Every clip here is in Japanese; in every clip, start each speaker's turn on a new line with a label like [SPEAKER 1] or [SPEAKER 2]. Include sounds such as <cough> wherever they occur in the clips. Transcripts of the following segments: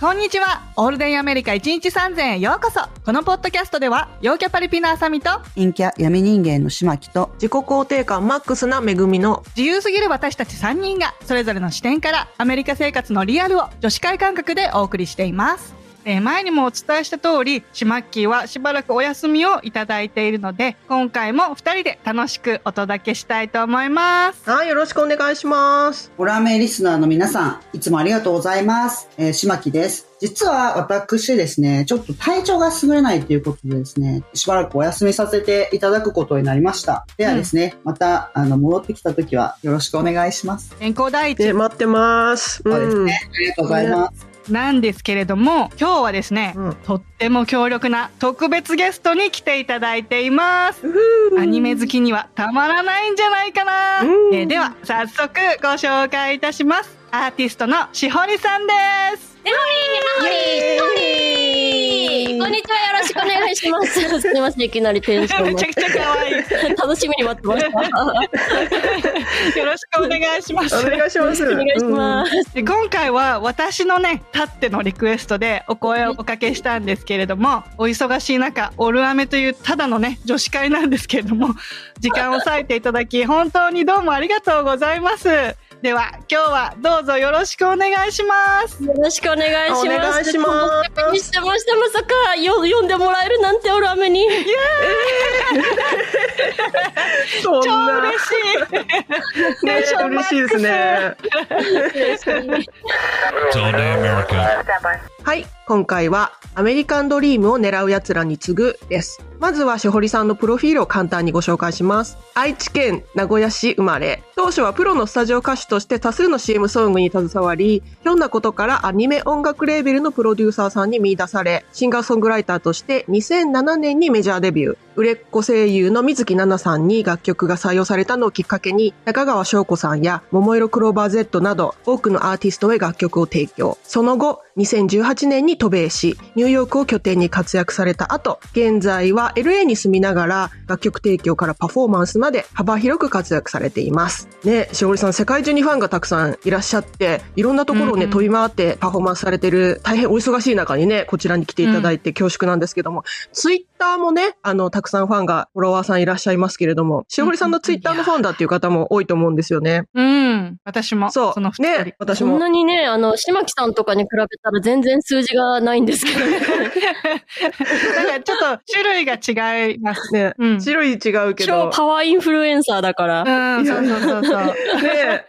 [SPEAKER 1] こんにちは。オールデンアメリカ1日3000へようこそ。このポッドキャストでは、陽キャパリピのあさみと、
[SPEAKER 2] 陰キャ闇人間の島木と
[SPEAKER 3] 自己肯定感マックスな恵みの
[SPEAKER 1] 自由すぎる私たち3人が、それぞれの視点から、アメリカ生活のリアルを女子会感覚でお送りしています。えー前にもお伝えした通り、シマッキーはしばらくお休みをいただいているので、今回も2人で楽しくお届けしたいと思います。
[SPEAKER 3] はいよろしくお願いします
[SPEAKER 2] ご覧名リスナーの皆さんいつもありがとうございます、えー、島木です実は私ですねちょっと体調が優れないということでですねしばらくお休みさせていただくことになりましたではですね、またあの戻ってきた時はよろしくお願いします
[SPEAKER 1] 健康第一
[SPEAKER 3] で待ってます
[SPEAKER 2] そうです
[SPEAKER 3] ん
[SPEAKER 2] ね、ありがとうございます、
[SPEAKER 1] なんですけれども、今日はですね、
[SPEAKER 3] うん
[SPEAKER 1] とっても強力な特別ゲストに来ていただいています。アニメ好きにはたまらないんじゃないかな。
[SPEAKER 3] うん
[SPEAKER 1] えーでは、早速ご紹介いたします。アーティストのしほりさんです。
[SPEAKER 4] ねほりんねほりんこんにちは、よろしくお願いします。すみません、いきなりテン
[SPEAKER 1] め
[SPEAKER 4] シ
[SPEAKER 1] ちゃ
[SPEAKER 4] ョンが
[SPEAKER 1] くちゃ可愛い。よ
[SPEAKER 4] 楽しみに待ってました。
[SPEAKER 1] ろしくお願いします。
[SPEAKER 3] お願いします
[SPEAKER 4] <laughs> お願いします。
[SPEAKER 1] で今回は私のねたってのリクエストでお声をおかけしたんですけれどもお忙しい中「オルアメ」というただのね女子会なんですけれど
[SPEAKER 3] <laughs>
[SPEAKER 1] も時間を割いていただき本当にどうもありがとうございますでは今日はどうぞよろしくお願いします
[SPEAKER 4] よろしくお願いします。
[SPEAKER 3] お願いします
[SPEAKER 4] 楽しみにしてました。まさか、よ、読んでもらえるなんて、おラメに。
[SPEAKER 3] うんそん
[SPEAKER 1] 超
[SPEAKER 3] な
[SPEAKER 1] 嬉しい
[SPEAKER 3] <laughs> ね
[SPEAKER 1] テンションマッ
[SPEAKER 3] 嬉しいで
[SPEAKER 1] クス
[SPEAKER 3] すね
[SPEAKER 5] It's all day America.
[SPEAKER 3] はい今回はアメリカンドリームを狙う奴らに次ぐですまずはしほりさんのプロフィールを簡単にご紹介します愛知県名古屋市生まれ当初はプロのスタジオ歌手として多数の CM ソングに携わりひょんなことからアニメ音楽レーベルのプロデューサーさんに見出されシンガーソングライターとして2007年にメジャーデビュー売れっ子声優の水木奈々さんに楽曲が採用されたのをきっかけに中川翔子さんや桃色クローバー Z など多くのアーティストへ楽曲を提供その後2018年に渡米しニューヨークを拠点に活躍された後現在は LA に住みながら楽曲提供からパフォーマンスまで幅広く活躍されていますねしおりさん世界中にファンがたくさんいらっしゃっていろんなところをね、
[SPEAKER 1] うん
[SPEAKER 3] 飛び回ってパフォーマンスされてる大変お忙しい中にねこちらに来ていただいて恐縮なんですけども、ツイッターもね、あの、たくさんファンが、フォロワーさんいらっしゃいますけれども、しおりさんのツイッターのファンだっていう方も多いと思うんですよね。
[SPEAKER 1] うん私も
[SPEAKER 3] そ。
[SPEAKER 1] そうの2人、
[SPEAKER 3] ね、私
[SPEAKER 4] そん
[SPEAKER 3] も。
[SPEAKER 4] なにね、あの、島木さんとかに比べたら、全然数字がないんですけど。
[SPEAKER 1] だからちょっと種類が違います
[SPEAKER 3] ね、
[SPEAKER 1] うん
[SPEAKER 3] <laughs> 種類違うけ
[SPEAKER 4] 超
[SPEAKER 3] ど。
[SPEAKER 4] パワーインフルエンサーだから。
[SPEAKER 1] うんそうそうそう
[SPEAKER 3] <laughs>
[SPEAKER 1] そう
[SPEAKER 3] ね、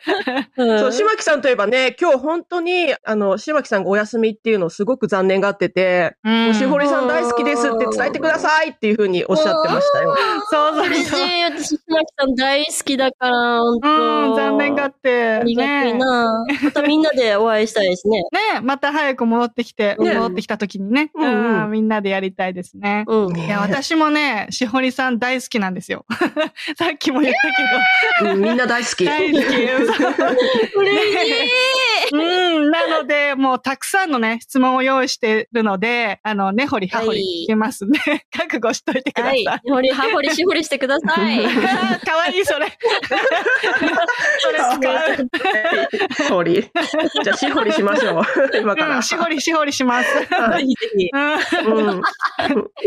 [SPEAKER 4] うん
[SPEAKER 3] そう、島木さんといえばね、今日本当に、あの、島木さんがお休みっていうのをすごく残念がってて、
[SPEAKER 1] うん
[SPEAKER 3] もうしほりさん大好きですって伝えてくださいっていうふうにおっしゃってましたよ。
[SPEAKER 1] そうそう
[SPEAKER 4] 嬉し
[SPEAKER 1] そう
[SPEAKER 4] い。私、島木さん大好きだから、本
[SPEAKER 1] う
[SPEAKER 4] 当
[SPEAKER 1] ん残念があって
[SPEAKER 4] ありがたいな。またみんなでお会いしたいですね。
[SPEAKER 1] ねまた早く戻ってきて、
[SPEAKER 3] ね
[SPEAKER 1] 戻ってきた時にね、
[SPEAKER 3] うんうん
[SPEAKER 1] うんみんなでやりたいですね。
[SPEAKER 4] うん。
[SPEAKER 3] ね
[SPEAKER 1] いや、私もね、しほりさん大好きなんですよ。 <laughs> さっきも言った
[SPEAKER 3] うんみんな大好
[SPEAKER 1] け
[SPEAKER 3] き。
[SPEAKER 1] ど、大好き。
[SPEAKER 4] 嬉しい。
[SPEAKER 1] うん、なので、もうたくさんのね、質問を用意してるので、あの、ねほりはほり聞きますね。覚悟しといてくだ
[SPEAKER 4] は
[SPEAKER 1] さ
[SPEAKER 4] い
[SPEAKER 1] <laughs> い。。
[SPEAKER 4] ほり、はほり、しほりしてください。
[SPEAKER 1] あーかわいい、それ。それ使う。
[SPEAKER 3] <laughs> しほり。じゃあ、しほりしましょう。今か
[SPEAKER 1] う
[SPEAKER 3] ら。
[SPEAKER 1] ん、しほりしほりします。
[SPEAKER 3] はい
[SPEAKER 4] ひぜひ。
[SPEAKER 1] うん
[SPEAKER 3] うん。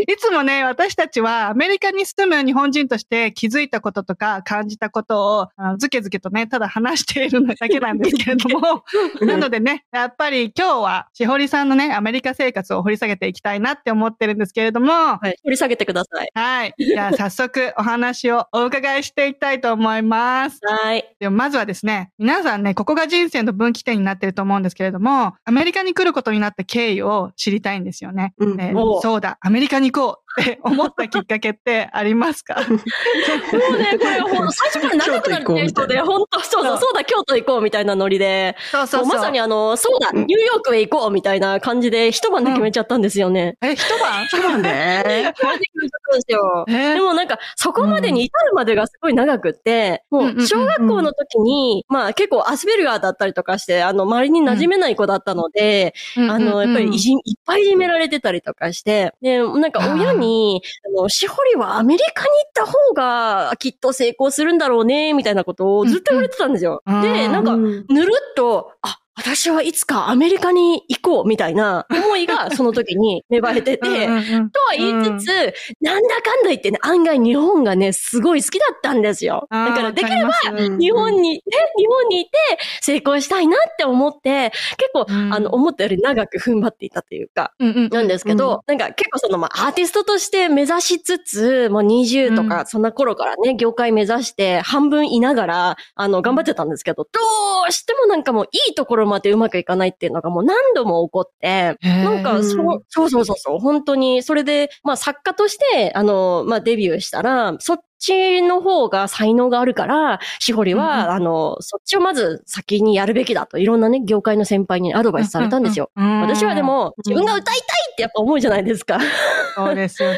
[SPEAKER 1] いつもね、私たちはアメリカに住む日本人として気づいたこととか感じたことをあのずけずけとね、ただ話しているだけなんですけれども、なのでね、やっぱり今日はしほりさんのね、アメリカ生活を掘り下げていきたいなって思ってるんですけれども、
[SPEAKER 4] はい。掘り下げてください。
[SPEAKER 1] はい。じゃあ早速お話をお伺いしていきたいと思います。
[SPEAKER 4] はい。
[SPEAKER 1] でもまずはですね、皆さんね、ここが人生の分岐点になってると思うんですけれども、アメリカに来ることになった経緯を知りたいんですよね。
[SPEAKER 3] うん
[SPEAKER 1] え
[SPEAKER 4] おう
[SPEAKER 1] そうだ、アメリカに行こうって思ったきっかけってあります
[SPEAKER 4] <laughs>
[SPEAKER 1] か
[SPEAKER 4] もうね、これ、ほん最初から長くなるテイストで、ほんと、そうそう、そうだ、京都行こうみたいなノリで、
[SPEAKER 1] そう
[SPEAKER 4] そうまさにあの、そうだ、ニューヨークへ行こうみたいな感じで、一晩で決めちゃったんですよね。
[SPEAKER 1] え、一晩
[SPEAKER 3] そうね。
[SPEAKER 4] 一晩で決めちゃったんですよ。
[SPEAKER 1] え
[SPEAKER 4] でもなんか、そこまでに至るまでがすごい長くって、
[SPEAKER 1] ん
[SPEAKER 4] も
[SPEAKER 1] うんうんう
[SPEAKER 4] う、
[SPEAKER 1] ん
[SPEAKER 4] 小学校の時に、まあ結構アスベルガーだったりとかして、あの、周りに馴染めない子だったので、あの、やっぱりいじ、いっぱいいじめられてたりとかして、で、なんか親に、あの、しほりはアメリカに行った方が、きっと成功するんだろうね、みたいなことをずっと言われてたんですよ。
[SPEAKER 1] うんうん
[SPEAKER 4] で、なんか、
[SPEAKER 3] うん
[SPEAKER 4] ぬるっと、あ、私はいつかアメリカに行こうみたいな思
[SPEAKER 1] <laughs>
[SPEAKER 4] いがその時に芽生えてて、
[SPEAKER 1] うんうんうん
[SPEAKER 4] とは言いつつ、なんだかんだ言ってね、案外日本がね、すごい好きだったんですよ。
[SPEAKER 1] あー
[SPEAKER 4] だからできれば
[SPEAKER 1] わかります
[SPEAKER 4] 日本に、ね、日本にいて成功したいなって思って、結構、
[SPEAKER 1] うん
[SPEAKER 4] あの、思ったより長く踏ん張っていたというか、
[SPEAKER 1] うんうん
[SPEAKER 4] なんですけど、なんか結構その、まあ、アーティストとして目指しつつ、もう20と
[SPEAKER 1] う
[SPEAKER 4] か、そんな頃からね、業界目指して、半分いながら、あの、頑張ってたんですけど、どうしてもなんかもういいところまでうまくいかないっていうのがもう何度も起こって、なんか、そう、そうそうそうそう、本当に、それで、まあ作家として、あの、まあデビューしたら、そっちの方が才能があるから、しほりは、あの、そっちをまず先にやるべきだと、いろんなね、業界の先輩にアドバイスされたんですよ。
[SPEAKER 1] うんうんうん。
[SPEAKER 4] 私はでも、
[SPEAKER 1] うん
[SPEAKER 4] 自分が歌いたいってやっぱ思うじゃないですか。
[SPEAKER 1] そうですよね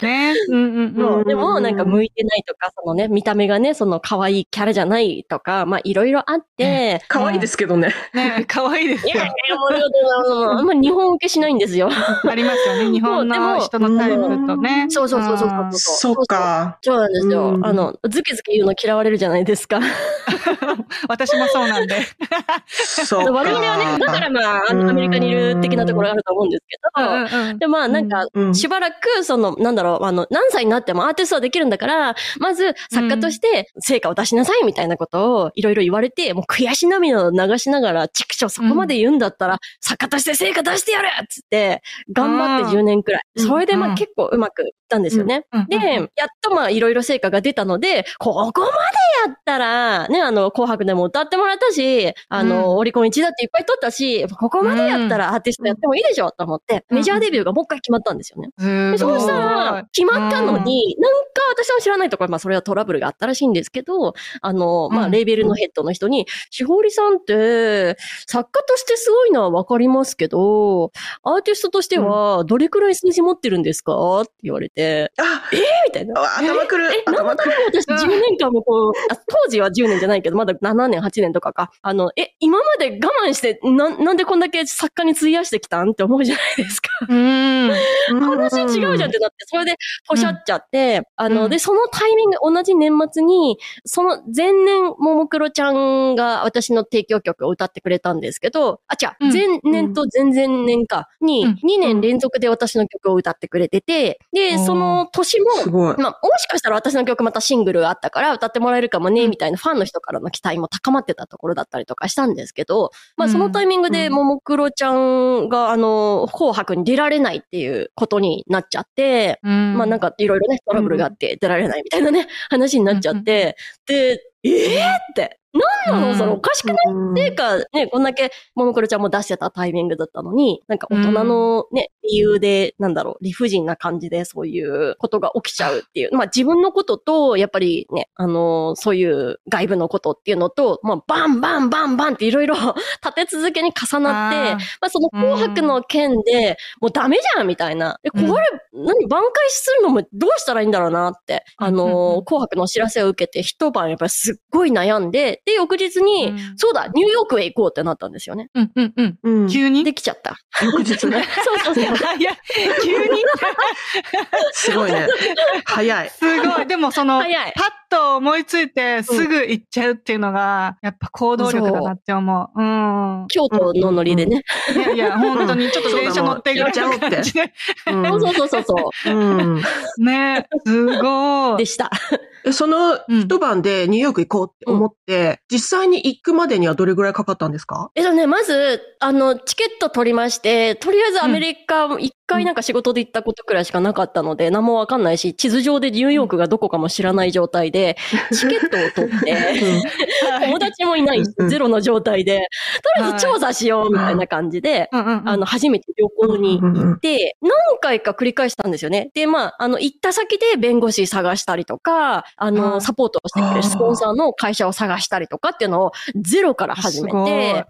[SPEAKER 1] ね。うんうんうん。
[SPEAKER 4] でも、なんか向いてないとか、そのね、見た目がね、その可愛いキャラじゃないとか、まあいろいろあって、
[SPEAKER 3] 可愛いですけどね。
[SPEAKER 1] ね、可愛いです
[SPEAKER 4] い
[SPEAKER 1] よ
[SPEAKER 4] やい。や、もうもうもうあんま日本受けしないん
[SPEAKER 1] <laughs>
[SPEAKER 4] ですよ。
[SPEAKER 1] ありますよね。日本
[SPEAKER 4] で
[SPEAKER 1] の
[SPEAKER 4] も
[SPEAKER 1] 人のタイプとね。
[SPEAKER 4] そうそうそうそうそう
[SPEAKER 1] あー
[SPEAKER 2] そっか。
[SPEAKER 4] そうなんですよ。
[SPEAKER 2] うん
[SPEAKER 4] あの、ズキズキ言うの嫌われるじゃないですか。
[SPEAKER 1] 私もそうなんで。
[SPEAKER 2] そ
[SPEAKER 4] 我
[SPEAKER 2] っか。
[SPEAKER 4] 々はね、だからまあ、あのアメリカにいる的なところがあると思うんですけ
[SPEAKER 1] うん
[SPEAKER 4] ど、
[SPEAKER 1] うん
[SPEAKER 4] で、まあなんか、
[SPEAKER 2] うん
[SPEAKER 4] しばらく、その、なんだろう、あの、何歳になってもアーティストはできるんだから、まず作家として成果を出しなさいみたいなことをいろいろ言われて、もう悔し涙を流しながら、畜生そこまで言うんだったら、作家として成果出してやるっつって、頑張って10年くら
[SPEAKER 1] うん
[SPEAKER 4] い。それでま
[SPEAKER 1] う
[SPEAKER 4] あ
[SPEAKER 1] ん
[SPEAKER 4] 結構うまくいったんですよね。
[SPEAKER 1] うん。
[SPEAKER 4] で、やっとまあいろいろ成果が出たので、ここまでやったら、ね、あの、紅白でも歌ってもらったし、あの、オリコン1だっていっぱい取ったし、ここまでやったらアーティストやってもいいでしょと思って、
[SPEAKER 1] うん
[SPEAKER 4] メジャーデビューがもう一回決まったんですよね。
[SPEAKER 1] すごい
[SPEAKER 4] でそうしたら、決まったのに、なんか私の知らないところ、まあそれはトラブルがあったらしいんですけど、あの、ま
[SPEAKER 1] う
[SPEAKER 4] あ
[SPEAKER 1] ん
[SPEAKER 4] レーベルのヘッドの人に、しほりさんって、作家としてすごいのはわかりますけど、アーティストとしてはどれくらい数字持ってるんですかって言われて、
[SPEAKER 3] あ
[SPEAKER 4] えーみたいな。
[SPEAKER 3] 頭くる
[SPEAKER 4] え、何
[SPEAKER 3] 頭く
[SPEAKER 4] のた
[SPEAKER 3] る
[SPEAKER 4] めに私
[SPEAKER 1] うん
[SPEAKER 4] 10年間もこう、あ当時は10年じゃないけど、まだ7年、8年とかか。あの、え、今まで我慢して、な、なんでこんだけ作家に費やしてきたんって思うじゃないですか。
[SPEAKER 1] うん。
[SPEAKER 4] 話違うじゃんってなって、それでポシャっちゃって、あ
[SPEAKER 1] う
[SPEAKER 4] の、
[SPEAKER 1] ん
[SPEAKER 4] で、そのタイミング、同じ年末に、その前年、ももクロちゃんが私の提供曲を歌ってくれたんですけど、あ、違
[SPEAKER 1] うん
[SPEAKER 4] う、前年と前々年かに、
[SPEAKER 1] うん
[SPEAKER 4] 2年連続で私の曲を歌ってくれてて、で、
[SPEAKER 1] おー
[SPEAKER 4] その年も、
[SPEAKER 3] すごい。
[SPEAKER 4] <laughs> まあ、もしかしたら私の曲またシングルあったから歌ってもらえるかもね、みたいなファンの人からの期待も高まってたところだったりとかしたんですけど、まあ
[SPEAKER 1] うん
[SPEAKER 4] そのタイミング
[SPEAKER 3] う
[SPEAKER 4] で
[SPEAKER 3] ん
[SPEAKER 4] ももクロちゃんがあの、紅白に出られないっていうことになっちゃって、ま
[SPEAKER 1] ま
[SPEAKER 4] あなん、かいろいろね、トラブルがあって出られないみたいなね、話になっちゃって、で、ええって、なんな
[SPEAKER 1] う
[SPEAKER 4] の
[SPEAKER 1] ん
[SPEAKER 4] それおかしくないっていうか、ね、こんだけももクロちゃんも出してたタイミングだったのに、なんか大人のね、理由で、なんだろう、理不尽な感じでそういうことが起きちゃうっていう。まあ自分のことと、やっぱりね、あのーそういう外部のことっていうのと、まあバンバンバンバンっていろいろ <laughs> 立て続けに重なって、まあその紅白の件で、もうダメじゃんみたいな。で、こ
[SPEAKER 1] う
[SPEAKER 4] れ
[SPEAKER 1] ん、
[SPEAKER 4] 何、挽回するのもどうしたらいいんだろうなって。あ
[SPEAKER 1] うんうんう
[SPEAKER 4] の
[SPEAKER 1] ん
[SPEAKER 4] ー、紅白のお知らせを受けて一晩やっぱりすっごい悩んで、で、翌日に、
[SPEAKER 1] うん
[SPEAKER 4] そうだ、ニューヨークへ行こうってなったんですよね。
[SPEAKER 1] うんうんうん。
[SPEAKER 3] うん
[SPEAKER 1] 急に
[SPEAKER 4] できちゃった。
[SPEAKER 3] 翌日
[SPEAKER 4] そう
[SPEAKER 3] ね。
[SPEAKER 4] そうそう。
[SPEAKER 1] あいや、急に
[SPEAKER 3] すごいね。早い。
[SPEAKER 1] すごい。でもその、パッ
[SPEAKER 4] 早い。
[SPEAKER 1] と思いついてすぐ行っちゃうっていうのが、やっぱ行動力だなって思う。うん。
[SPEAKER 4] 京都のノリでね。
[SPEAKER 1] いやいや、
[SPEAKER 4] <laughs>
[SPEAKER 1] 本当にちょっと電車乗っていく
[SPEAKER 3] そうだもん
[SPEAKER 1] 感じで。
[SPEAKER 3] うん
[SPEAKER 4] そうそうそうそう
[SPEAKER 3] う
[SPEAKER 4] そ
[SPEAKER 3] ん
[SPEAKER 1] ね、すご
[SPEAKER 4] う。で
[SPEAKER 1] い。
[SPEAKER 4] した。
[SPEAKER 3] えその
[SPEAKER 1] うん
[SPEAKER 3] 一晩でニューヨーク行こうって思って、実際に行くまでにはどれぐらいかかったんですか
[SPEAKER 4] えっとね、まず、あの、チケット取りまして、とりあえずアメリカ1回なんか仕事で行ったことくらいしかなかったので、何もわかんないし、地図上でニューヨークがどこかも知らない状態 <laughs> で、チケットを取って、友達もいない、ゼロの状態で、とりあえず調査しようみたいな感じで、
[SPEAKER 1] うんうんうん
[SPEAKER 4] あの、初めて旅行に行って、何回か繰り返したんですよね。で、まあ、あの、行った先で弁護士探したりとか、あ
[SPEAKER 1] う
[SPEAKER 4] の、
[SPEAKER 1] ん
[SPEAKER 4] サポートをしてくれるスポンサーの会社を探したりとかっていうのをゼロから始めて、で、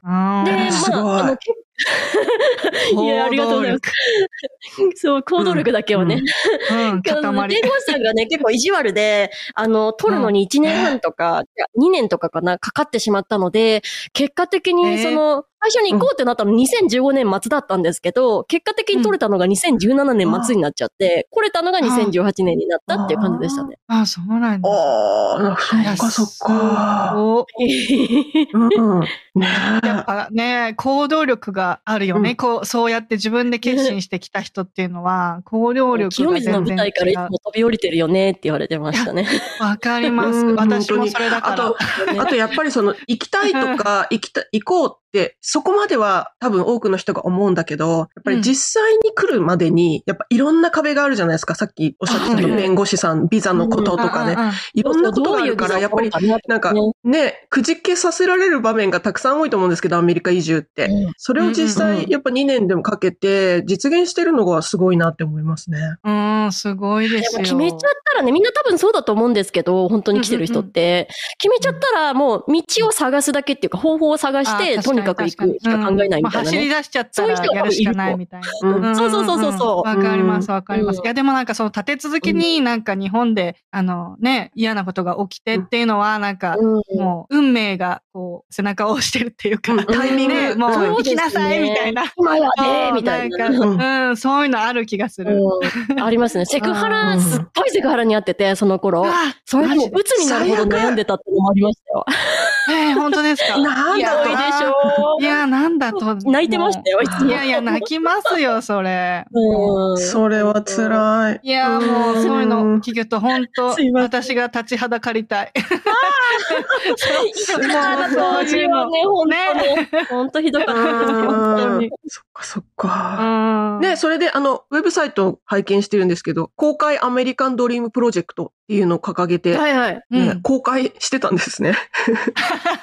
[SPEAKER 3] す
[SPEAKER 4] ま
[SPEAKER 3] ごい
[SPEAKER 4] あ、あの、結構、いや、ありがとうございます。そう、行動力だけはね。
[SPEAKER 1] す。
[SPEAKER 4] <laughs>
[SPEAKER 1] うん、
[SPEAKER 4] あの
[SPEAKER 1] 塊
[SPEAKER 4] 弁。護士さんがね、結構意地悪で、あの、取るのに1年半とか、いや2年とかかな、かかってしまったので、結果的
[SPEAKER 1] え
[SPEAKER 4] に、
[SPEAKER 1] ー
[SPEAKER 4] その、最初に行こうってなったの2015年末だったんですけど、結果的に取れたのが2017年末になっちゃって、来れたのが2018年になったっていう感じでしたね。
[SPEAKER 1] あ、そうなんだ。
[SPEAKER 3] ああ、そっかそっか。
[SPEAKER 1] お
[SPEAKER 4] <laughs>
[SPEAKER 3] うん。ね
[SPEAKER 1] やっぱね、行動力があるよね、
[SPEAKER 3] うん
[SPEAKER 1] こう、そうやって自分で決心してきた人っていうのは、行動力
[SPEAKER 4] 清
[SPEAKER 1] が
[SPEAKER 4] 水の
[SPEAKER 1] 全然
[SPEAKER 4] 舞台か
[SPEAKER 1] 違
[SPEAKER 4] らいうつ。も飛び降りてるよねって言われてまし
[SPEAKER 3] <laughs>
[SPEAKER 4] たね。
[SPEAKER 1] わかります。
[SPEAKER 3] うん
[SPEAKER 1] 私もそれだか
[SPEAKER 3] あ
[SPEAKER 1] ら
[SPEAKER 3] と。、あとやっぱりその、行きたいとか、行きた、行こうって、そこまでは多分多くの人が思うんだけど、やっぱり実際に来るまでに、やっぱいろんな壁があるじゃないですか。さっきおっしゃってた
[SPEAKER 4] うん
[SPEAKER 3] の弁護士さん、ビザのこととかね。
[SPEAKER 1] ね。
[SPEAKER 3] いろんなことがあるから、やっぱり、なんかね、くじけさせられる場面がたくさん多いと思うんですけど、アメリカ移住って。それを実
[SPEAKER 1] うんうんう
[SPEAKER 3] 際、
[SPEAKER 1] ん
[SPEAKER 3] やっぱ2年でもかけて、実現してるのがすごいなって思いますね。
[SPEAKER 1] うん、すごいです
[SPEAKER 4] で
[SPEAKER 1] よ。
[SPEAKER 4] も決めちゃったらね、みんな多分そうだと思うんですけど、本当に来てる人って。決めちゃったら、もう道を探すだけっていうか、方法を探し
[SPEAKER 1] あ
[SPEAKER 4] て、
[SPEAKER 1] 確
[SPEAKER 4] と
[SPEAKER 1] に
[SPEAKER 4] にかく行くしか考えないみたいな
[SPEAKER 1] 確かにうんまあ走り
[SPEAKER 4] ね。
[SPEAKER 1] 出しちゃったらやるしかないみたいな。
[SPEAKER 3] うん
[SPEAKER 1] んんん
[SPEAKER 4] そうそうそうそうそう
[SPEAKER 1] わかります、わかりま
[SPEAKER 4] う
[SPEAKER 1] す。
[SPEAKER 4] ん
[SPEAKER 1] いや、でもなんかその立て続けになんか日本で、あのね、嫌なことが起きてっていうのは、なんか、
[SPEAKER 4] うん
[SPEAKER 1] もう運命がこう背中を押してるっていうか、
[SPEAKER 3] うんタイミング
[SPEAKER 1] ね、もう
[SPEAKER 4] そ
[SPEAKER 1] 行
[SPEAKER 4] うで
[SPEAKER 1] き
[SPEAKER 4] <laughs> すね
[SPEAKER 1] なさいみたいな。
[SPEAKER 4] 今やね、みたいな。
[SPEAKER 1] ん
[SPEAKER 3] う
[SPEAKER 1] かうん、そういうのある気がする。
[SPEAKER 4] うんありますね。セクハ
[SPEAKER 3] う
[SPEAKER 4] ラ、
[SPEAKER 3] ん
[SPEAKER 4] すっごいセクハラにあってて、その頃。
[SPEAKER 1] あ、
[SPEAKER 4] それでも、
[SPEAKER 1] マジで
[SPEAKER 4] 鬱になるほど悩んでたってのもありましたよ。
[SPEAKER 1] えー本当ですか。
[SPEAKER 4] <laughs>
[SPEAKER 3] なん
[SPEAKER 1] い
[SPEAKER 3] だ
[SPEAKER 1] や
[SPEAKER 3] ろ
[SPEAKER 4] 多
[SPEAKER 3] う
[SPEAKER 4] いで
[SPEAKER 1] な
[SPEAKER 4] しょ
[SPEAKER 1] いや、なんだと。
[SPEAKER 4] 泣いてましたよ、いつ
[SPEAKER 1] もう。
[SPEAKER 4] も。
[SPEAKER 1] いやいや、泣きますよ、それ。
[SPEAKER 4] うん
[SPEAKER 3] それは辛い。
[SPEAKER 1] いや、もう、そういうの聞くと、本当
[SPEAKER 4] すいません
[SPEAKER 1] 私が立ちはだかりたい。
[SPEAKER 4] だから当時はね、本当ね、本当ひどかったですよ本当
[SPEAKER 3] うん
[SPEAKER 4] に。
[SPEAKER 3] そっかそっか。
[SPEAKER 1] うん
[SPEAKER 3] ね、それで、あの、ウェブサイトを拝見してるんですけど、公開アメリカンドリームプロジェクトっていうのを掲げて、
[SPEAKER 4] はいはい。
[SPEAKER 1] うん
[SPEAKER 3] ね公開してたんです
[SPEAKER 4] <laughs>
[SPEAKER 3] ね。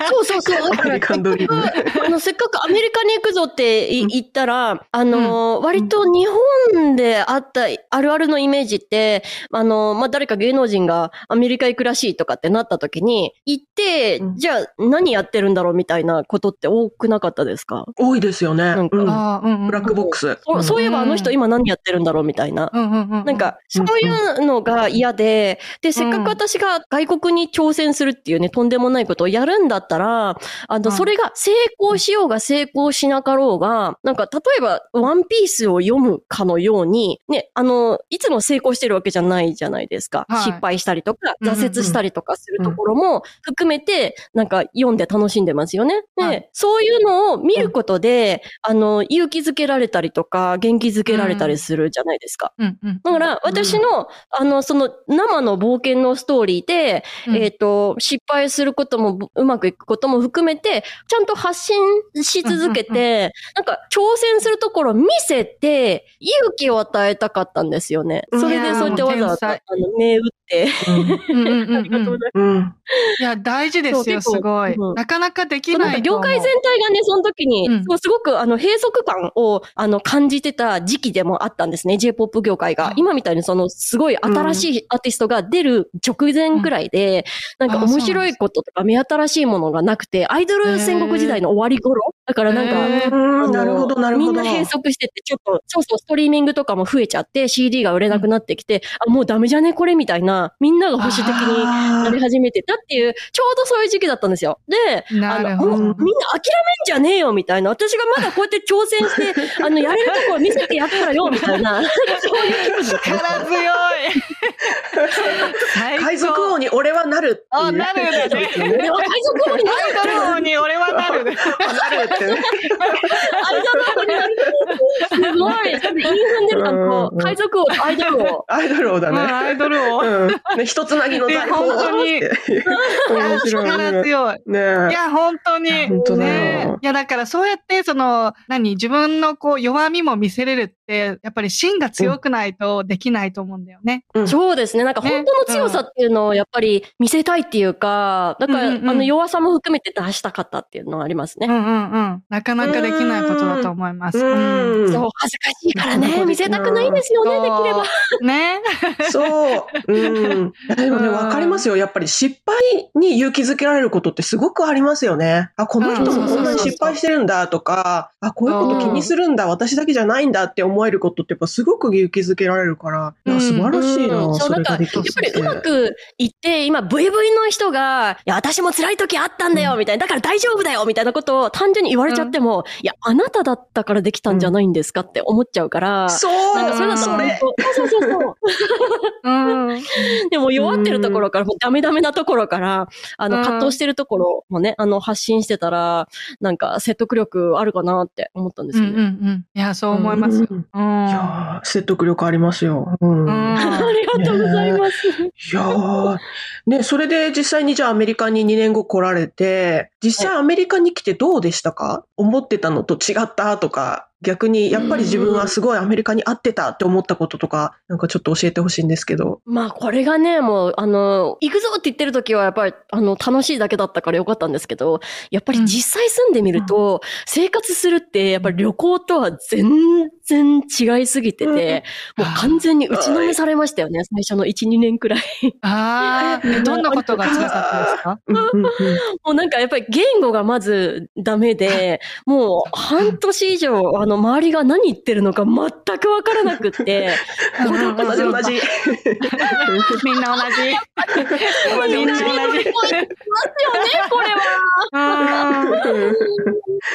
[SPEAKER 4] そうそうそう。だ
[SPEAKER 3] ア
[SPEAKER 4] か
[SPEAKER 3] メ
[SPEAKER 4] ら
[SPEAKER 3] リカンドリーム。
[SPEAKER 4] あの、せっかくアメリカに行くぞってい
[SPEAKER 1] うん
[SPEAKER 4] 言ったら、あのー、割と日本であったあるあるのイメージって、あのー、まあ、誰か芸能人がアメリカ行くらしいとかってなった時に、行って
[SPEAKER 3] う、ん
[SPEAKER 4] じゃあ何やってるんだろうみたいなことって多くなかったですか
[SPEAKER 3] 多いですよね。
[SPEAKER 4] なんか
[SPEAKER 3] うん
[SPEAKER 1] あーうんうん
[SPEAKER 3] ブラックボックス。
[SPEAKER 4] そうそういえばあの
[SPEAKER 1] う
[SPEAKER 4] 人
[SPEAKER 1] ん
[SPEAKER 4] 今何やってるんだろうみたいな。
[SPEAKER 1] うんうんうん。
[SPEAKER 4] なんか、そういうのが嫌で、で、せっかく私が外国に挑戦するっていうね、とんでもないことをやるんだったら、あ
[SPEAKER 1] う
[SPEAKER 4] の、
[SPEAKER 1] ん
[SPEAKER 4] それが成功しようが成功しなかろうが、なんか、例えば、ワンピースを読むかのように、ね、あの、いつも成功してるわけじゃないじゃないですか。
[SPEAKER 1] はい
[SPEAKER 4] 失敗したりとか、
[SPEAKER 1] うんうんうん
[SPEAKER 4] 挫折したりとかするところも含めて、なんか、読んで楽しんでますよね。で、
[SPEAKER 1] はい
[SPEAKER 4] そういうのを見ることで、あの、勇気づけられたりとか、元気づけられたりするじゃないですか。
[SPEAKER 1] うんうん。
[SPEAKER 4] だから、私の、あの、その、生の冒険のストーリーで、
[SPEAKER 1] うん
[SPEAKER 4] えっ、と、失敗することも、ぶうまくいくことも含めて、ちゃんと発信し続けて、なんか、挑戦するところを見せて、勇気を与えたかったんですよね。それ
[SPEAKER 1] いや
[SPEAKER 4] で、
[SPEAKER 1] ー
[SPEAKER 4] そうやってわざわざ、
[SPEAKER 1] もう
[SPEAKER 4] あ
[SPEAKER 1] 天
[SPEAKER 4] の、銘打って、
[SPEAKER 1] うんうんうんうん
[SPEAKER 4] ありがとうござい
[SPEAKER 3] うん。
[SPEAKER 1] いや、大事ですよ、す
[SPEAKER 4] そう結
[SPEAKER 1] ご
[SPEAKER 4] 構
[SPEAKER 1] い
[SPEAKER 4] うん。
[SPEAKER 1] なかなかでき
[SPEAKER 4] ます。なん
[SPEAKER 1] な
[SPEAKER 4] か
[SPEAKER 1] いと思
[SPEAKER 4] 業
[SPEAKER 1] う。
[SPEAKER 4] 界全体がね、その時に、
[SPEAKER 1] うん
[SPEAKER 4] そうすごくあの閉塞感をあの感じてた時期でもあったんですね、J-POP 業界が
[SPEAKER 1] あ。
[SPEAKER 4] 今みたいにそのすごい新しいアーティストが出る直前くらいで、
[SPEAKER 1] ん
[SPEAKER 4] なんか
[SPEAKER 1] あそうなん
[SPEAKER 4] 面
[SPEAKER 1] です
[SPEAKER 4] 白いこととか目新しいものがなくて、アイドル戦国時代の終わり頃だからなんか、
[SPEAKER 1] へー
[SPEAKER 3] うん
[SPEAKER 4] あの
[SPEAKER 3] なるほど、なるほど。
[SPEAKER 4] みんな閉塞してて、ちょっと、そうそう、ストリーミングとかも増えちゃって、CD が売れなくなってきて、あ、もうダメじゃねこれみたいな、みんなが保守的にな
[SPEAKER 3] あ
[SPEAKER 4] り始めてたっていう、ちょうどそういう時期だったんですよ。で、あ
[SPEAKER 1] な
[SPEAKER 4] の、
[SPEAKER 1] る
[SPEAKER 4] も
[SPEAKER 1] ほ
[SPEAKER 4] う
[SPEAKER 1] ど
[SPEAKER 4] みんな諦めんじゃねえよみたいな。私がまだこうやって挑戦 <laughs> して、あの、やれるところ見せてやるからよみたいな。
[SPEAKER 1] 力強い。最
[SPEAKER 3] ー
[SPEAKER 1] 高
[SPEAKER 3] 海賊王に俺はなるっていう。
[SPEAKER 1] あなるだね
[SPEAKER 3] <laughs> そうですよ
[SPEAKER 4] で
[SPEAKER 3] ね
[SPEAKER 4] も海賊王になる
[SPEAKER 1] アイドル王に俺はなる。
[SPEAKER 3] あなるってね。
[SPEAKER 4] アイドル王になるすごいで、それでインフンデル <laughs> さんと海賊王とアイドル王。
[SPEAKER 3] アイドル王だね。
[SPEAKER 1] まあ、アイドルを。
[SPEAKER 3] うん。ね、一つなぎの財宝
[SPEAKER 1] ね本当に
[SPEAKER 3] って。面白
[SPEAKER 1] 力
[SPEAKER 3] いね。
[SPEAKER 1] 強い。
[SPEAKER 3] ね
[SPEAKER 1] いや、本当に。
[SPEAKER 3] いや本当だよ
[SPEAKER 1] ねいや、だからそうやって、その、何、自分のこう、弱みも見せれるって、やっぱり芯が強くないとできないと思うんだよね。
[SPEAKER 4] そうですね。なんか
[SPEAKER 1] ね
[SPEAKER 4] 本当の強さっていうのをやっぱり見せたいっていうか、だから、
[SPEAKER 1] うんうんうん
[SPEAKER 4] あの弱さも含めて出したかったっていうのはあります
[SPEAKER 1] う
[SPEAKER 4] ね。
[SPEAKER 1] んうんうん。なかなかできないことだと思います。
[SPEAKER 3] うん
[SPEAKER 1] うん
[SPEAKER 4] そう、恥ずかしいから
[SPEAKER 3] うん
[SPEAKER 4] ね。見せたくないんですよね、できれば。
[SPEAKER 1] そうね。
[SPEAKER 3] そう。うん。いやでもね、
[SPEAKER 1] うん
[SPEAKER 3] わかりますよ。やっぱり失敗に勇気づけられることってすごくありますよね。あ、この人もこんなに失敗してるんだとか、あ、こういうこと気にするんだ、私だけじゃないんだって思えることってやっぱすごく勇気づけられるから、いや素晴らしいな、
[SPEAKER 4] うんそう
[SPEAKER 3] それ
[SPEAKER 4] なんか
[SPEAKER 3] ができ
[SPEAKER 4] や
[SPEAKER 3] る
[SPEAKER 4] っ
[SPEAKER 3] っ
[SPEAKER 4] ぱりうま
[SPEAKER 3] て。
[SPEAKER 4] くいって、今、ブイブイの人が、いや、私も辛い時あったんだよ、みたいな、だから大丈夫だよ、みたいなことを単純に言われちゃっても、いや、あなただったからできたんじゃないんですかって思っちゃうから、
[SPEAKER 3] そう
[SPEAKER 4] なんかそれだと
[SPEAKER 3] そ
[SPEAKER 4] 本
[SPEAKER 3] れ
[SPEAKER 4] 当、そうそうそうそう。
[SPEAKER 1] うん。
[SPEAKER 4] でも弱ってるところから、もうダメダメなところから、あ
[SPEAKER 1] う
[SPEAKER 4] の、
[SPEAKER 1] ん
[SPEAKER 4] 葛藤してるところもね、あの、発信してたら、なんか説得力あるかなって思ったんです
[SPEAKER 1] うんうん
[SPEAKER 4] よ
[SPEAKER 1] う
[SPEAKER 4] ね。
[SPEAKER 1] ん。いや、そう思いますよ。
[SPEAKER 3] うん
[SPEAKER 1] うん。
[SPEAKER 3] いやー説得力ありますよ。うん
[SPEAKER 1] うん
[SPEAKER 4] <laughs> ありがとうございます。
[SPEAKER 3] いやー、ね、それで実際にじゃあアメリカに2年後来られて、実際アメリカに来てどうでしたか思ってたのと違ったとか、逆にやっぱり自分はすごいアメリカに合ってたって思ったこととか、なんかちょっと教えてほしいんですけど。
[SPEAKER 4] まあこれがね、もう、あの、行くぞって言ってる時はやっぱり、あの、楽しいだけだったからよかったんですけど、やっぱり実際住んでみると、生活するって、やっぱり旅行とは全然違いすぎてて、もう完全に打ちのめされましたよね、最初の1、2年くらい。 <laughs>
[SPEAKER 1] あ <laughs> あ、えどんなことが辛かったです <laughs> か
[SPEAKER 3] うん
[SPEAKER 4] <laughs>
[SPEAKER 3] うんうん
[SPEAKER 4] もうなんかやっぱり言語がまずダメで、もう半年以上、あの、周りが何言ってるのか全くわからなくって、 <laughs>
[SPEAKER 3] 同
[SPEAKER 1] <laughs>
[SPEAKER 3] じ同じ。
[SPEAKER 1] みんな同じ。みんな同じ。
[SPEAKER 4] こ <laughs> れは。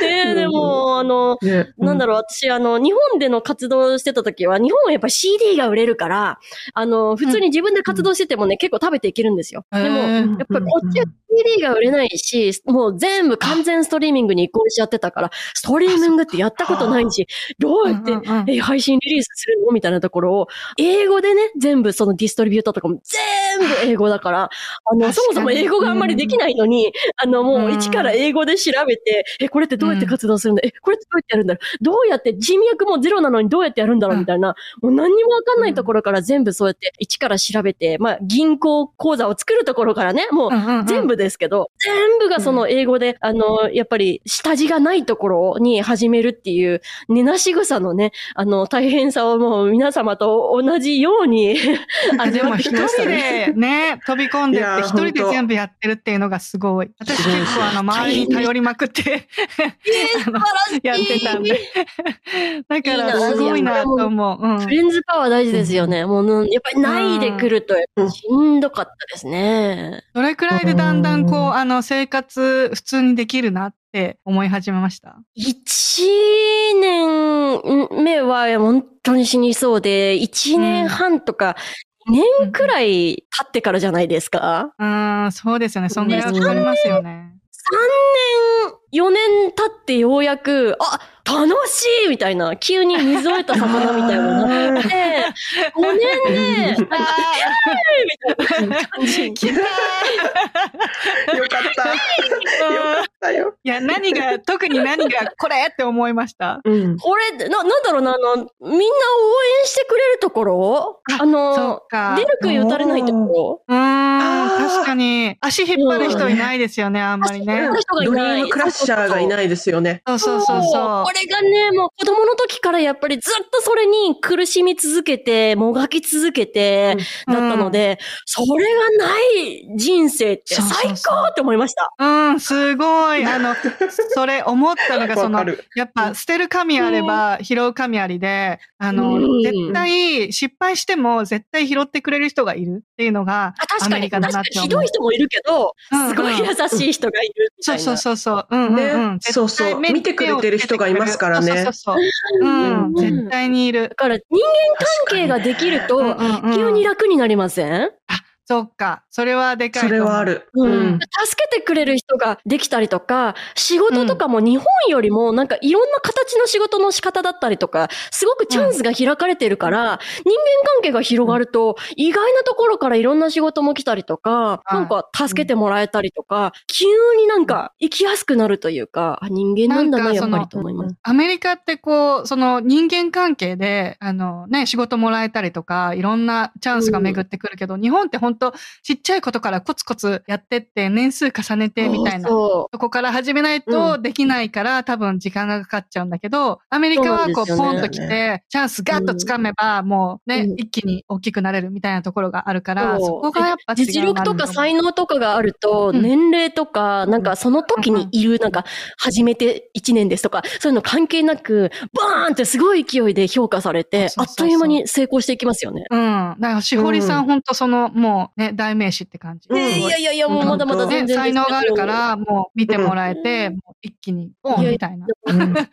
[SPEAKER 4] ねえでも、あの、
[SPEAKER 3] ね
[SPEAKER 4] なんだろう、私、あの、日本での活動してた時は、日本はやっぱ CD が売れるから、あの、普通に自分で活動しててもね、結構食べていけるんですよ。でも、やっ
[SPEAKER 1] も、
[SPEAKER 4] ぱりこっちは CD が売れないし、もう全部完全ストリーミングに移行しちゃってたから、ストリーミングってやったことないし、どうやって
[SPEAKER 1] うんうんうん
[SPEAKER 4] え、配信リリースするのみたいなところを、英語でね、全部そのディストリビューターとかも全部英語だから、あ
[SPEAKER 1] 確か
[SPEAKER 4] の、
[SPEAKER 1] に
[SPEAKER 4] そもそも英語があんまりできないのに、あの、
[SPEAKER 1] う
[SPEAKER 4] もうん一から英語で調べて、え、これってどうやって活動するんだえ、これってどうやってやるんだろうどうやって、人脈もゼロなのにどうやってやるんだろうみたいな、もう何にもわかんないところから全部そうやって一から調べて、まあ、銀行口座を作るところからね、もう
[SPEAKER 1] うんうんうん
[SPEAKER 4] 全部ですけど、全部がその英語で、あの、やっぱり下地がないところに始めるっていう、ねなし草のね、あの、大変さをもう皆様と同じように <laughs> 味
[SPEAKER 1] で
[SPEAKER 4] わ
[SPEAKER 1] も
[SPEAKER 4] って
[SPEAKER 1] 一
[SPEAKER 4] きました
[SPEAKER 1] 人
[SPEAKER 4] ね。
[SPEAKER 1] でね、飛び込んで
[SPEAKER 3] い
[SPEAKER 1] っ
[SPEAKER 3] や
[SPEAKER 1] て、
[SPEAKER 3] ー
[SPEAKER 1] 一人で全部やってるっていうのがすごい。私
[SPEAKER 3] すごいです
[SPEAKER 1] 結構あの、周りに頼りまくって、 <laughs> あのやってたんで。 <laughs> だからすごいなと思う。うん
[SPEAKER 4] フレンズパワー大事ですよね。もうなん、やっぱりないでくると
[SPEAKER 3] うん、
[SPEAKER 4] しんどかったですね。
[SPEAKER 1] どれくらいでだんだんこう、あの、生活普通にできるなって思い始めました
[SPEAKER 4] 一年目は本当に死にそうで、一年半とか、年くらい経ってからじゃないですか。
[SPEAKER 1] うん、そうですよね。そんぐらいはかかりますよね。
[SPEAKER 4] 3年、4年経ってようやく、あ、楽しいみたいな、急に水を得た魚みたいなのになって、5年で、あ、感じに。
[SPEAKER 3] よかった。
[SPEAKER 4] <laughs>
[SPEAKER 3] よかったよ。
[SPEAKER 1] いや、何が、特に何が、これって思いました。
[SPEAKER 3] うん。
[SPEAKER 4] これ、な、なんだろうな、あの、みんな応援してくれるところあ
[SPEAKER 1] そ
[SPEAKER 4] の
[SPEAKER 1] っ、か。
[SPEAKER 4] 出るく打たれないところ
[SPEAKER 1] うーん、
[SPEAKER 3] あー
[SPEAKER 1] 確かに。足引っ張る人いないですよね、あんまりね。
[SPEAKER 4] 人
[SPEAKER 3] ドリームクラッシャーがい
[SPEAKER 4] い。
[SPEAKER 3] ないですよね。
[SPEAKER 1] そうそうそうそう
[SPEAKER 4] こ。れがね、もう子供の時からやっぱりずっとそれに苦しみ続けて、もがき続けて、だったので、それがない人生って
[SPEAKER 1] そう
[SPEAKER 4] 最
[SPEAKER 1] そうそう
[SPEAKER 4] 高って思いました。
[SPEAKER 1] うん、すごい。あの、それ思ったのが、そ
[SPEAKER 3] わか
[SPEAKER 1] の、
[SPEAKER 3] る。
[SPEAKER 1] やっぱ捨てる神あれば拾う神ありで、あの、
[SPEAKER 4] うん
[SPEAKER 1] 絶対失敗しても絶対拾ってくれる人がいるっていうのが
[SPEAKER 4] あ
[SPEAKER 1] ア
[SPEAKER 4] 確か
[SPEAKER 1] メ
[SPEAKER 4] に、
[SPEAKER 1] リカだ
[SPEAKER 4] 確
[SPEAKER 1] な
[SPEAKER 4] か
[SPEAKER 1] って
[SPEAKER 4] に
[SPEAKER 1] 思う。
[SPEAKER 4] ひどい人もいるけど、
[SPEAKER 1] うん
[SPEAKER 4] すごい優しい人がいるみ
[SPEAKER 1] そ
[SPEAKER 4] たいうな。
[SPEAKER 1] そうそうそう。うんうんうん。
[SPEAKER 3] ねそうそう
[SPEAKER 1] 絶対目に
[SPEAKER 3] 見てくれてる人がいますからね
[SPEAKER 1] そうそうそうそう。うん。絶対にいる
[SPEAKER 4] だ。から人間関係ができる
[SPEAKER 1] うん
[SPEAKER 4] と、
[SPEAKER 1] うんうん
[SPEAKER 4] 急に楽になりません
[SPEAKER 1] そっか。それはでかい
[SPEAKER 3] そ
[SPEAKER 1] と思
[SPEAKER 3] れ
[SPEAKER 1] う。
[SPEAKER 3] はある。
[SPEAKER 4] う
[SPEAKER 3] うん
[SPEAKER 4] ん、助けてくれる人ができたりとか、仕事とかも日本よりもなんかいろんな形の仕事の仕方だったりとか、すごくチャンスが開かれてるから、人間関係が広がると、意外なところからいろんな仕事も来たりとか、
[SPEAKER 1] はい
[SPEAKER 4] なんか助けてもらえたりとか、急になんか生きやすくなるというか、あ人間なんだ
[SPEAKER 1] なん
[SPEAKER 4] な、
[SPEAKER 1] か
[SPEAKER 4] や
[SPEAKER 1] そ
[SPEAKER 4] っ
[SPEAKER 1] の
[SPEAKER 4] ぱりと思います。
[SPEAKER 1] アメリカってこう、その人間関係で、あのね、仕事もらえたりとか、いろんなチャンスが巡ってくるけど、日本って本当ちっちゃいことからコツコツやってって、年数重ねてみたいな。
[SPEAKER 4] そう
[SPEAKER 1] そこから始めないとできないから、多分時間がかかっちゃうんだけど、アメリカはこう
[SPEAKER 4] そう
[SPEAKER 1] ポ
[SPEAKER 4] な
[SPEAKER 1] ン
[SPEAKER 4] ん
[SPEAKER 1] と
[SPEAKER 4] で
[SPEAKER 1] 来
[SPEAKER 3] す
[SPEAKER 1] て、
[SPEAKER 3] よね
[SPEAKER 1] チャンスガッと掴めば、もうね、
[SPEAKER 4] うん
[SPEAKER 1] 一気に大きくなれるみたいなところがあるから、
[SPEAKER 4] そ
[SPEAKER 1] そうこがやっぱ違うな
[SPEAKER 4] 実力とか才
[SPEAKER 1] 能
[SPEAKER 4] 能とかがあると、
[SPEAKER 1] うん
[SPEAKER 4] 年齢とか、なんかその時にいる、なんか、初めて1年ですとか、そういうの関係なく、バーンってすごい勢いで評価されて、
[SPEAKER 1] そ
[SPEAKER 4] あ
[SPEAKER 1] う
[SPEAKER 4] っ
[SPEAKER 1] そうそうそ
[SPEAKER 4] と
[SPEAKER 1] う
[SPEAKER 4] いう間に成功していきますよね。
[SPEAKER 1] うん。だから、しほりさん、本当その、もうね、代名詞って感じ。
[SPEAKER 3] うん
[SPEAKER 4] えーいやいやいや、もうまだまだ
[SPEAKER 1] ね、
[SPEAKER 4] 全然。
[SPEAKER 1] 才能があるか。ら、もう見てもらえて、もう一気に、ボンみたいな
[SPEAKER 4] <laughs>
[SPEAKER 3] うん
[SPEAKER 1] 感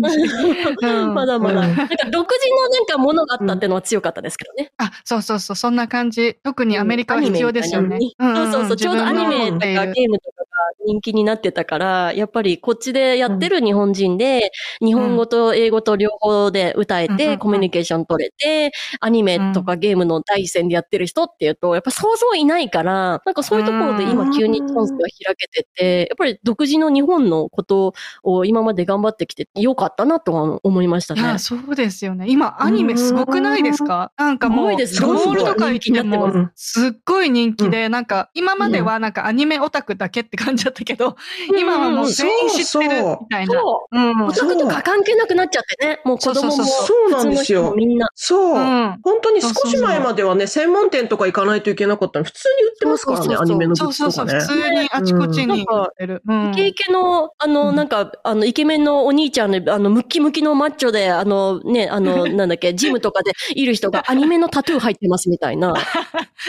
[SPEAKER 1] じ。 <laughs> うん
[SPEAKER 4] まだまだ。
[SPEAKER 3] うん
[SPEAKER 4] なんか独自のなんかものがあったってのは強かったですけどね。
[SPEAKER 1] あ、そうそうそう、そんな感じ。特にアメリカは必要ですよね。
[SPEAKER 4] うんそうそうそう。ちょうどアニメとか
[SPEAKER 1] で
[SPEAKER 4] ゲームとかが人気になってたから、やっぱりこっちでやってる日本人で、日本語と英語と両方で歌え
[SPEAKER 1] うんうんう
[SPEAKER 4] て、
[SPEAKER 1] ん
[SPEAKER 4] コミュニケーション取れて、アニメとかゲームの第一線でやってる人っていうと、やっぱ想像いないから、なんかそういうところで今急にチャンスが開けてて、やっぱり独自の日本のことを今まで頑張ってきてよかったなとは思いました
[SPEAKER 1] いや、
[SPEAKER 4] ね。
[SPEAKER 1] そうですよね。今、アニメすごくないですかなんかもう、
[SPEAKER 4] す
[SPEAKER 1] ロ
[SPEAKER 4] ごいですご
[SPEAKER 3] いす
[SPEAKER 1] ー
[SPEAKER 3] ごい
[SPEAKER 1] ルとか行って
[SPEAKER 4] 人気にな
[SPEAKER 1] も
[SPEAKER 4] って
[SPEAKER 3] ま、
[SPEAKER 1] すっごい人気で、なんか、今まではなんかアニメオタクだけって感じだったけど、今はもう全員知ってるみたいな。
[SPEAKER 4] そう
[SPEAKER 1] うん
[SPEAKER 4] オタクとか関係なくなっちゃってね。もう子供も、
[SPEAKER 3] そうなん
[SPEAKER 4] 普通
[SPEAKER 3] で
[SPEAKER 4] の
[SPEAKER 3] す
[SPEAKER 4] 人も
[SPEAKER 3] よ。
[SPEAKER 4] みんな。
[SPEAKER 3] そう。
[SPEAKER 1] うん
[SPEAKER 3] 本当に少し前まではね、専門店とか行かないといけなかったの。普通に売ってますから
[SPEAKER 4] そう
[SPEAKER 3] ね、
[SPEAKER 4] そ
[SPEAKER 3] ア
[SPEAKER 4] うそう
[SPEAKER 3] ニメのグ
[SPEAKER 1] そ
[SPEAKER 3] ッ
[SPEAKER 1] う
[SPEAKER 3] ズ
[SPEAKER 1] そう
[SPEAKER 3] と
[SPEAKER 1] そ
[SPEAKER 3] か
[SPEAKER 1] う、
[SPEAKER 3] ね
[SPEAKER 1] 普。通にあちこちに売ってる。うん
[SPEAKER 4] イケイケの、あの、なんか、あの、イケメンのお兄ちゃんの、あの、ムッキムキのマッチョで、あの、ね、あの、なんだっけ、ジムとかでいる人がアニメのタトゥー入ってますみたいな。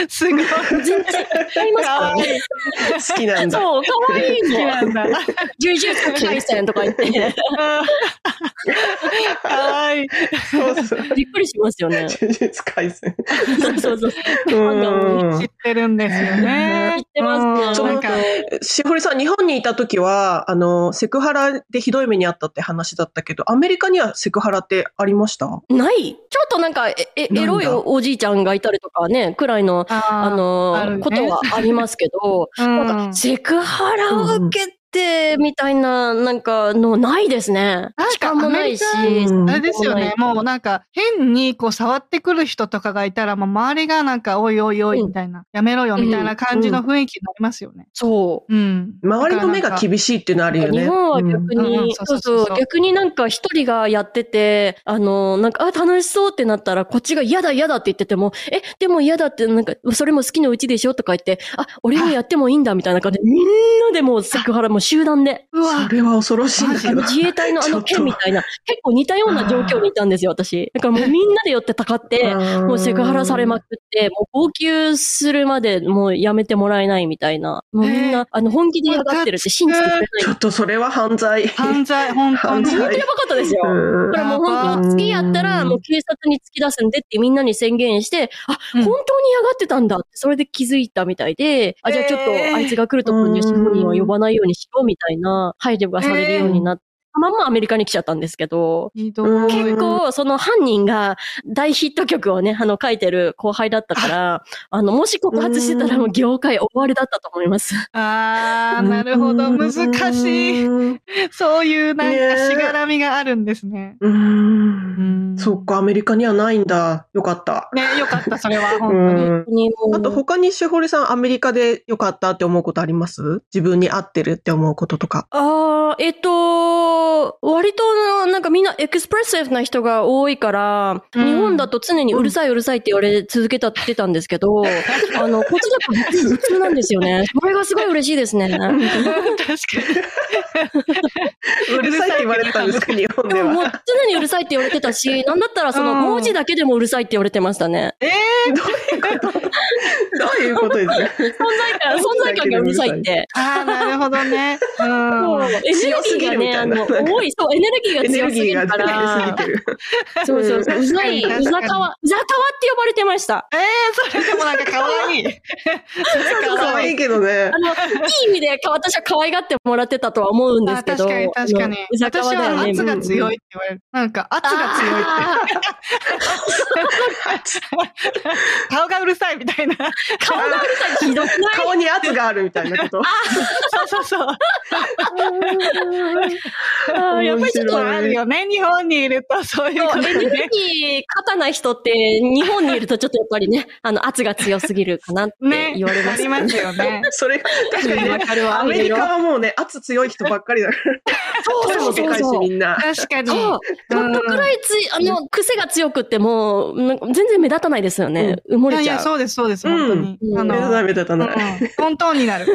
[SPEAKER 1] すごい。
[SPEAKER 4] 全然違いますからね。
[SPEAKER 3] 好きなん
[SPEAKER 4] <laughs>
[SPEAKER 3] だ。
[SPEAKER 4] そう、可愛いい
[SPEAKER 1] 好き
[SPEAKER 4] の。
[SPEAKER 1] <laughs> なんだ。
[SPEAKER 4] ジュジュキャイセンとか言って、
[SPEAKER 1] かわいい。
[SPEAKER 3] そうそう。
[SPEAKER 4] びっくりしますよね。
[SPEAKER 3] 呪術廻戦。
[SPEAKER 4] そうそうそう。
[SPEAKER 3] う
[SPEAKER 4] <laughs> なん
[SPEAKER 1] 知っ
[SPEAKER 3] ん。
[SPEAKER 1] てるんですよね。
[SPEAKER 4] <laughs> 知ってます
[SPEAKER 1] うんな
[SPEAKER 4] ね。なんん
[SPEAKER 1] か
[SPEAKER 4] か、
[SPEAKER 3] しほりさん、日本にいた時は、あの、セクハラでひどい目にあったって話だったけど、アメリカにはセクハラってありました
[SPEAKER 4] ないちょっとなんか、え、え
[SPEAKER 3] なんだ
[SPEAKER 4] エロいおじいちゃんがいたりとかね、くらいの、あ
[SPEAKER 1] あ
[SPEAKER 4] の、
[SPEAKER 1] あるね
[SPEAKER 4] ことはありますけど、
[SPEAKER 1] の
[SPEAKER 4] なんか、セクハラを受けて、みたいな、なんか、の、ないですね。
[SPEAKER 1] 確
[SPEAKER 4] 時
[SPEAKER 1] か
[SPEAKER 4] 間もないし。
[SPEAKER 1] ア
[SPEAKER 3] メリカうん
[SPEAKER 1] あれですよね。もうなんか、変にこう触ってくる人とかがいたら、もう周りがなんか、おいおいおいみたいな、やめろよみたいな感じの雰囲気になりますよね。
[SPEAKER 4] そ
[SPEAKER 1] うん。
[SPEAKER 3] 周りの目が
[SPEAKER 1] い。
[SPEAKER 3] 厳しいっていうのあ
[SPEAKER 4] う。
[SPEAKER 3] るよね。
[SPEAKER 4] 日本は逆
[SPEAKER 1] うんうん
[SPEAKER 4] に、
[SPEAKER 1] そ
[SPEAKER 4] そうう
[SPEAKER 1] そうそう
[SPEAKER 4] そう、逆になんか一人がやってて、あの、なんか、あ、楽しそうってなったら、こっちが嫌だ嫌だって言ってても、え、でも嫌だって、なんか、それも好きのうちでしょとか言って、あ、俺もやってもいいんだみたいな感じで、みんなでもうセクハラ、もう集団で。
[SPEAKER 1] う
[SPEAKER 3] うん
[SPEAKER 1] わ
[SPEAKER 3] そ、れは恐ろしいんだ
[SPEAKER 4] あ
[SPEAKER 3] けど
[SPEAKER 4] の。自衛隊のあの剣みたいな、結構似たような状況にいたんですよ、私。だからもうみんなで寄ってたかって、もうセクハラされまくって、もう号泣するまでもうやめてもらえないみたいな。もうみん
[SPEAKER 1] えー
[SPEAKER 4] な、あの、本気で嫌がってるって信じてくれない。
[SPEAKER 3] ちょっとそれは犯罪。
[SPEAKER 1] 犯罪、本当に。
[SPEAKER 3] 犯罪
[SPEAKER 4] やばかったですよ。
[SPEAKER 3] うん
[SPEAKER 4] これもう
[SPEAKER 1] や
[SPEAKER 4] 本
[SPEAKER 3] ば
[SPEAKER 4] 当に次やったら、もう警察に突き出すんでってみんなに宣言して、あ、本当に嫌がってたんだって、それで気づいたみたいで、あ、じゃあちょっと
[SPEAKER 1] えー
[SPEAKER 4] あいつが来るところにシフリンは呼ばないようにしようみたいな配慮がされるようになって、まんまアメリカに来ちゃったんですけど、
[SPEAKER 1] ひどい
[SPEAKER 4] 結構、その犯人が大ヒット曲をね、あの、書いてる後輩だったから、あの、もし告発してたらもう業界終わりだったと思います。
[SPEAKER 1] あー、なるほど。難しい。
[SPEAKER 3] うん
[SPEAKER 1] そういうなん
[SPEAKER 3] ね
[SPEAKER 1] か
[SPEAKER 3] え
[SPEAKER 1] しがらみがあるんですね。
[SPEAKER 3] うん。
[SPEAKER 1] ん
[SPEAKER 3] そっ。か、アメリカにはないんだ。よかった。
[SPEAKER 1] ね、よかった、それは、
[SPEAKER 3] う
[SPEAKER 1] 本当に。
[SPEAKER 3] ん。あと他にしほりさん、アメリカでよかったって思うことあります自分に合ってるって思うこととか。
[SPEAKER 4] ああ、えっと、割と、なんかみんなエクスプレッシブな人が多いから、
[SPEAKER 1] うん
[SPEAKER 4] 日本だと常にうるさいうるさいって言われ続けたってたんですけど、あの、こっちだと普通なんですよね。それがすごい嬉しいですね。
[SPEAKER 1] <laughs> 確かに。
[SPEAKER 3] うるさいって言われてたんですか、日本
[SPEAKER 4] で
[SPEAKER 3] で
[SPEAKER 4] ももう
[SPEAKER 3] は。
[SPEAKER 4] 常にうるさいって言われてたし、り、なんだったらその
[SPEAKER 1] うん
[SPEAKER 4] 文字だけでもうるさいって言われてました
[SPEAKER 1] <laughs>
[SPEAKER 4] ね。
[SPEAKER 1] えー、
[SPEAKER 3] どういうことですね。
[SPEAKER 4] 存在感、存在感がうるさいって。
[SPEAKER 1] ああ、なるほどね。
[SPEAKER 3] <laughs>
[SPEAKER 1] うん。
[SPEAKER 4] エネル
[SPEAKER 3] 強す
[SPEAKER 4] ギ
[SPEAKER 3] ぎ
[SPEAKER 4] ーが
[SPEAKER 3] るみ
[SPEAKER 4] ね、
[SPEAKER 3] た
[SPEAKER 4] あ
[SPEAKER 3] いな
[SPEAKER 4] の、多い、そう、エネルギー
[SPEAKER 3] エ
[SPEAKER 4] が
[SPEAKER 3] ネ
[SPEAKER 4] 強
[SPEAKER 3] ル
[SPEAKER 4] すぎ
[SPEAKER 3] ギー
[SPEAKER 4] るか
[SPEAKER 3] が出
[SPEAKER 4] ら
[SPEAKER 3] す。ぎてる。
[SPEAKER 4] そうそうそう。うざい、う
[SPEAKER 1] 確かに
[SPEAKER 4] ざかわ、うざかわって呼ばれてました。
[SPEAKER 1] えー、それでもなんか可愛い。
[SPEAKER 4] そう
[SPEAKER 3] 可愛いけどね
[SPEAKER 4] あ。の、いい意味でか私は可愛がってもらってたとは思うんですけど。
[SPEAKER 1] あ確かに確かに
[SPEAKER 4] あのう。ざかわ
[SPEAKER 1] 私
[SPEAKER 4] だよ
[SPEAKER 1] は
[SPEAKER 4] ね。
[SPEAKER 1] 圧が強いって言われる。なんか圧が強いって。
[SPEAKER 4] あ
[SPEAKER 1] 顔がうるさいみたいな。
[SPEAKER 4] ー顔がうるさい、ひどくない
[SPEAKER 3] 顔に圧があるみたいなこと。
[SPEAKER 1] そうそうそう。 <laughs>
[SPEAKER 4] あーやっぱりちょっと、
[SPEAKER 1] あるよね。日本にいるとそういうこ
[SPEAKER 4] そ
[SPEAKER 1] と
[SPEAKER 4] うエネル
[SPEAKER 1] ね。
[SPEAKER 4] ギー勝たない人って、日本にいるとちょっとやっぱりね、 <laughs> あの、圧が強すぎるかなって
[SPEAKER 1] ね、
[SPEAKER 4] 言われ
[SPEAKER 1] あ
[SPEAKER 4] ます
[SPEAKER 1] り
[SPEAKER 4] よね。
[SPEAKER 1] ますよね。
[SPEAKER 3] それ、確かに
[SPEAKER 4] わ
[SPEAKER 3] ね。
[SPEAKER 4] かるわ。
[SPEAKER 3] アメリカはもうね、圧強い人ばっかりだから。
[SPEAKER 4] そ
[SPEAKER 3] 世
[SPEAKER 4] うそうそう
[SPEAKER 3] 界史
[SPEAKER 4] そう
[SPEAKER 3] み。んな。
[SPEAKER 1] 確かに。
[SPEAKER 4] そう。ちょっとくらいつい、あの、癖が強くってもう、なんか全然目立たないですよね。埋も
[SPEAKER 1] い
[SPEAKER 4] れ
[SPEAKER 1] やい
[SPEAKER 4] ちゃう。
[SPEAKER 1] や、そうです、そうです、本当に。
[SPEAKER 4] う
[SPEAKER 1] あ
[SPEAKER 3] 目
[SPEAKER 4] ん
[SPEAKER 1] の
[SPEAKER 3] 立たない目立た
[SPEAKER 1] うん
[SPEAKER 3] ない。
[SPEAKER 1] トントンになる。
[SPEAKER 4] そ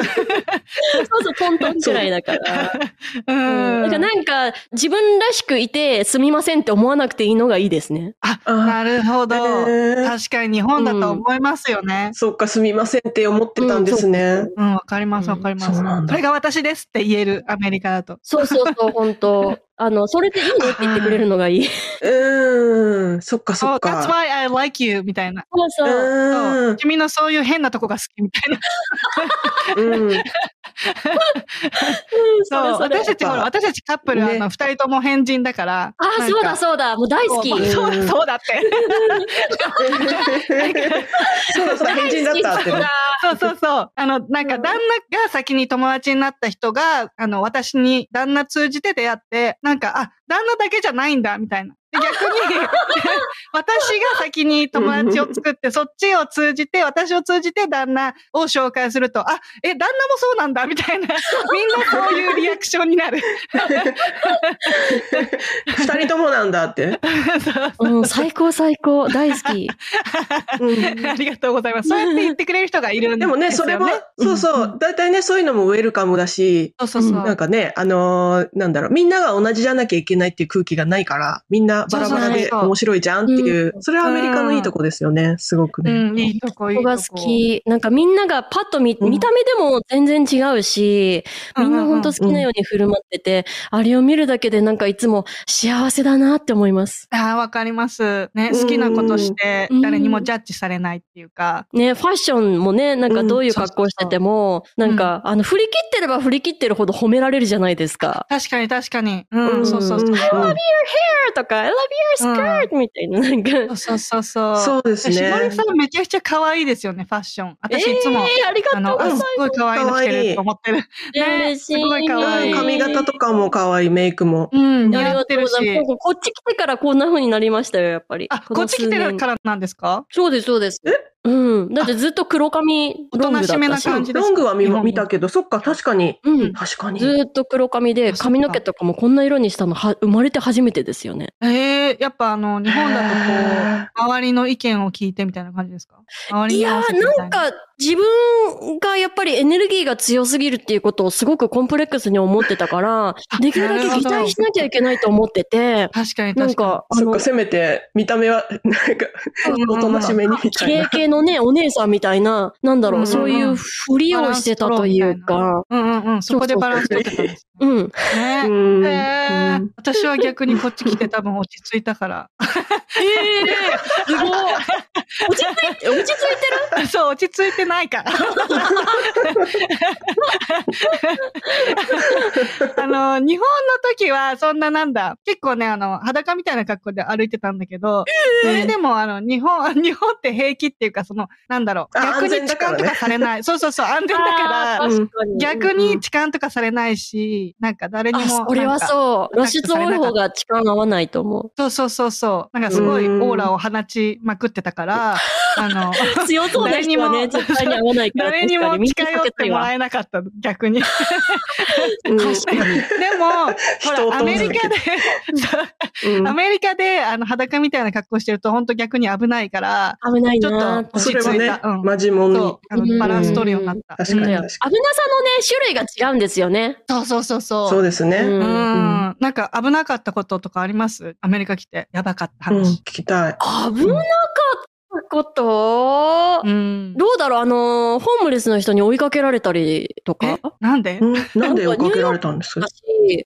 [SPEAKER 4] うそう、トントンくらいだから。
[SPEAKER 1] う
[SPEAKER 4] <laughs> うんだから
[SPEAKER 1] ん。
[SPEAKER 4] なんか、自分らしくいて、すみませんって思わなくていいのがいいですね。
[SPEAKER 3] あ
[SPEAKER 1] なるほど。
[SPEAKER 3] へー
[SPEAKER 1] 確かに日本だと思いますよね。
[SPEAKER 3] そっか、すみませんって思ってたんですね。
[SPEAKER 1] うん、わかります、わかりま
[SPEAKER 3] そ
[SPEAKER 1] す
[SPEAKER 3] うなん。だ
[SPEAKER 1] これが私ですって言える、アメリカだと。
[SPEAKER 4] そうそうそう、本当 <laughs> あの、それでいいねって言ってくれるのがいい。
[SPEAKER 3] うーん、そっかそ
[SPEAKER 1] そう、
[SPEAKER 3] っ
[SPEAKER 1] That's
[SPEAKER 3] か。
[SPEAKER 1] why I like you みたいな。
[SPEAKER 4] そう
[SPEAKER 3] う
[SPEAKER 4] そう。
[SPEAKER 1] そ
[SPEAKER 3] ー
[SPEAKER 1] う君のそういう変なとこが好きみたいな。
[SPEAKER 3] ん、うん、
[SPEAKER 1] そう、
[SPEAKER 4] それ
[SPEAKER 1] 私たち、ほら、私たちカップル、
[SPEAKER 3] ね
[SPEAKER 1] あの、二人とも変人だから。
[SPEAKER 4] ああ、そうだ
[SPEAKER 1] う。
[SPEAKER 4] そうだ。もう大好き。
[SPEAKER 1] そうそうだそうだって。
[SPEAKER 3] そうだそうだ、変人だったってね。
[SPEAKER 1] そうそうそう。あの、なんか、旦那が先に友達になった人が、あの、私に旦那通じて出会って、なんか、あ、旦那だけじゃないんだ、みたいな。で逆に、私が先に友達を作って、そっちを通じて、私を通じて旦那を紹介すると、あ、え、旦那もそうなんだ、みたいな。みんなそういうリアクションになる。
[SPEAKER 3] 二人ともなんだって。
[SPEAKER 1] そう
[SPEAKER 4] うん、最高最高。
[SPEAKER 1] <laughs>
[SPEAKER 4] 大好き。
[SPEAKER 3] うん
[SPEAKER 1] ありがとうございます。そうやって言ってくれる人がいるんで
[SPEAKER 3] です
[SPEAKER 1] よ
[SPEAKER 3] も
[SPEAKER 1] ね。
[SPEAKER 3] ね、それも、そうそう、だいたいね、そういうのもウェルカムだし、
[SPEAKER 1] そうそうそう。
[SPEAKER 3] なんかね、あのーなんだろう、みんなが同じじゃなきゃいけないっていう空気がないから、みんなバラバラ
[SPEAKER 1] そうそう
[SPEAKER 3] で
[SPEAKER 1] そう
[SPEAKER 3] 面白いじゃんっていう、それはアメリカのいいとこですよね、すごく
[SPEAKER 1] う
[SPEAKER 3] ね。
[SPEAKER 1] ん、いいとこ、いい
[SPEAKER 4] こ
[SPEAKER 1] と
[SPEAKER 4] こ
[SPEAKER 1] こ。
[SPEAKER 4] が好き。なんかみんながパッと見、
[SPEAKER 3] うん
[SPEAKER 4] 見た目でも全然違うし、
[SPEAKER 1] うんう
[SPEAKER 4] み
[SPEAKER 1] んうん
[SPEAKER 4] んなほんと好きなように振る舞ってて、あれを見るだけでなんかいつも幸せだなって思います。
[SPEAKER 1] ああ、わかります。ね、好きなことして
[SPEAKER 4] うん、
[SPEAKER 1] 誰にもジャッジされないっていうか。
[SPEAKER 4] ね、ファッションもね、なんかどういう格好してても、
[SPEAKER 1] う
[SPEAKER 4] なんか、あの、振り切ってれば振り切ってるほど褒められるじゃないですか。
[SPEAKER 1] 確かに確かに。うん、そうそうそう。
[SPEAKER 3] ん
[SPEAKER 4] とか、I love your skirt!、みたいな、なんか。
[SPEAKER 1] そうそうそうそう。
[SPEAKER 3] そうです
[SPEAKER 1] しぼり
[SPEAKER 3] ね。
[SPEAKER 1] さんめちゃくちゃ可愛いですよね、ファッション。私いつも、
[SPEAKER 4] えー、ありがと
[SPEAKER 1] あ
[SPEAKER 4] う
[SPEAKER 1] の、
[SPEAKER 4] ござい
[SPEAKER 1] あ
[SPEAKER 4] ますす。
[SPEAKER 1] ごい可愛いの着てると思ってる。ね
[SPEAKER 4] 嬉しい。
[SPEAKER 1] すごい可愛
[SPEAKER 3] う
[SPEAKER 1] い
[SPEAKER 3] ん髪型とかも可愛い、メイクも。
[SPEAKER 1] うん、似
[SPEAKER 4] あり
[SPEAKER 1] 合
[SPEAKER 4] が
[SPEAKER 1] って
[SPEAKER 4] とうご
[SPEAKER 1] る
[SPEAKER 4] ざいます
[SPEAKER 1] し。
[SPEAKER 4] こっち来てからこんな風になりましたよ、やっぱり。
[SPEAKER 1] あ、こっち来てるからなんですか
[SPEAKER 4] そうです、そうです。うん。だってずっと黒髪
[SPEAKER 1] お
[SPEAKER 4] ロ
[SPEAKER 1] と
[SPEAKER 4] ン
[SPEAKER 1] な
[SPEAKER 4] グだったし。
[SPEAKER 1] しめな感じです
[SPEAKER 3] ロングは見
[SPEAKER 1] 日本も
[SPEAKER 3] 見たけど、そっか、確かに。
[SPEAKER 4] うん。
[SPEAKER 3] 確かに。
[SPEAKER 4] ずっと黒髪で、髪の毛とかもこんな色にしたのは、生まれて初めてですよね。
[SPEAKER 1] ええ、やっぱあの、日本だとこ
[SPEAKER 3] へー
[SPEAKER 1] う、周りの意見を聞いてみたいな感じですか周り
[SPEAKER 4] い
[SPEAKER 1] に合
[SPEAKER 4] や
[SPEAKER 1] わせ
[SPEAKER 4] ー、
[SPEAKER 1] てみたい
[SPEAKER 4] なんか、自分がやっぱりエネルギーが強すぎるっていうことをすごくコンプレックスに思ってたから、できるだけ擬態しなきゃいけないと思ってて、
[SPEAKER 1] 確かに
[SPEAKER 4] なん
[SPEAKER 1] 確か
[SPEAKER 4] か、あ
[SPEAKER 3] そっ
[SPEAKER 4] の
[SPEAKER 3] か、、せめて、見た目は、なんか、
[SPEAKER 1] に。
[SPEAKER 3] おとなしめにみた
[SPEAKER 4] 綺
[SPEAKER 3] いな
[SPEAKER 4] 麗。系のね、お姉さんみたいな、なんだろ
[SPEAKER 1] うん
[SPEAKER 4] う、そういうふりをしてたというか、
[SPEAKER 1] うんうんうん、そこでバランス取ってたんですね。
[SPEAKER 4] うん。
[SPEAKER 1] ね
[SPEAKER 3] うん
[SPEAKER 1] へー
[SPEAKER 3] うん
[SPEAKER 1] 私は逆にこっち来て多分落ち着いたから。
[SPEAKER 4] すごい。落ち着いて、落ち着いてる
[SPEAKER 1] <laughs> そう、落ち着いてない
[SPEAKER 4] <laughs>
[SPEAKER 1] から。あの、日本の時はそんななんだ、結構ね、あの、裸みたいな格好で歩いてたんだけど、それでもあの、日本、 <laughs> 日本って平気っていうか、その、なんだろう、
[SPEAKER 3] あ
[SPEAKER 1] 逆
[SPEAKER 3] 安全
[SPEAKER 1] に
[SPEAKER 3] だ
[SPEAKER 1] 痴
[SPEAKER 3] から
[SPEAKER 1] 漢
[SPEAKER 3] ね
[SPEAKER 1] とかされ
[SPEAKER 4] <laughs>
[SPEAKER 1] ない。そうそうそう、安全だから、
[SPEAKER 4] あー確かに
[SPEAKER 1] 逆に痴漢とかされないし、なんか誰にも。
[SPEAKER 4] あ、それは
[SPEAKER 1] なんか
[SPEAKER 4] そう。露出多い方が時間合わないと思う。
[SPEAKER 1] <laughs> そうそうそうそう。なんかすごいオーラを放ちまくってたから、あ
[SPEAKER 4] <laughs>
[SPEAKER 1] の、
[SPEAKER 4] 強そうな人はね、
[SPEAKER 1] 誰にも
[SPEAKER 4] 絶対に合わないから。
[SPEAKER 1] 誰にも
[SPEAKER 4] 確か
[SPEAKER 1] 近寄ってもらえなかった、逆に。
[SPEAKER 4] うん
[SPEAKER 3] 確かに。
[SPEAKER 1] で
[SPEAKER 3] <laughs>
[SPEAKER 1] も、ほ
[SPEAKER 3] 人を
[SPEAKER 1] ら、ア
[SPEAKER 3] 通
[SPEAKER 1] メ
[SPEAKER 3] す
[SPEAKER 1] リ
[SPEAKER 3] だ
[SPEAKER 1] カ
[SPEAKER 3] け
[SPEAKER 1] で、
[SPEAKER 3] <laughs> う
[SPEAKER 1] ア
[SPEAKER 3] ん
[SPEAKER 1] メリカで、あの、裸みたいな格好してると、本当逆に危ないから、
[SPEAKER 4] 危ない
[SPEAKER 1] ちょっ
[SPEAKER 4] な
[SPEAKER 1] と
[SPEAKER 3] そ
[SPEAKER 1] 落ち
[SPEAKER 3] れは
[SPEAKER 1] 着い
[SPEAKER 3] ね
[SPEAKER 1] た。うん、
[SPEAKER 3] マジモンに
[SPEAKER 1] そ。う、あの、バランス取るようになった。
[SPEAKER 3] 確かに
[SPEAKER 1] う
[SPEAKER 4] 危
[SPEAKER 1] ん
[SPEAKER 4] なさのね、種類が違うんですよね。
[SPEAKER 1] そうそうそうそう。
[SPEAKER 3] そうですね。
[SPEAKER 4] うん
[SPEAKER 1] うん
[SPEAKER 3] う
[SPEAKER 1] なんか危なかったこととかありますアメリカ来て。やばかった
[SPEAKER 3] うん
[SPEAKER 1] 話
[SPEAKER 3] 聞。きたい。
[SPEAKER 4] 危なかったこと
[SPEAKER 1] うん。
[SPEAKER 4] どうだろうあのー、ホームレスの人に追いかけられたりとか
[SPEAKER 1] え。なんで
[SPEAKER 3] うんなんで追いかけられたんです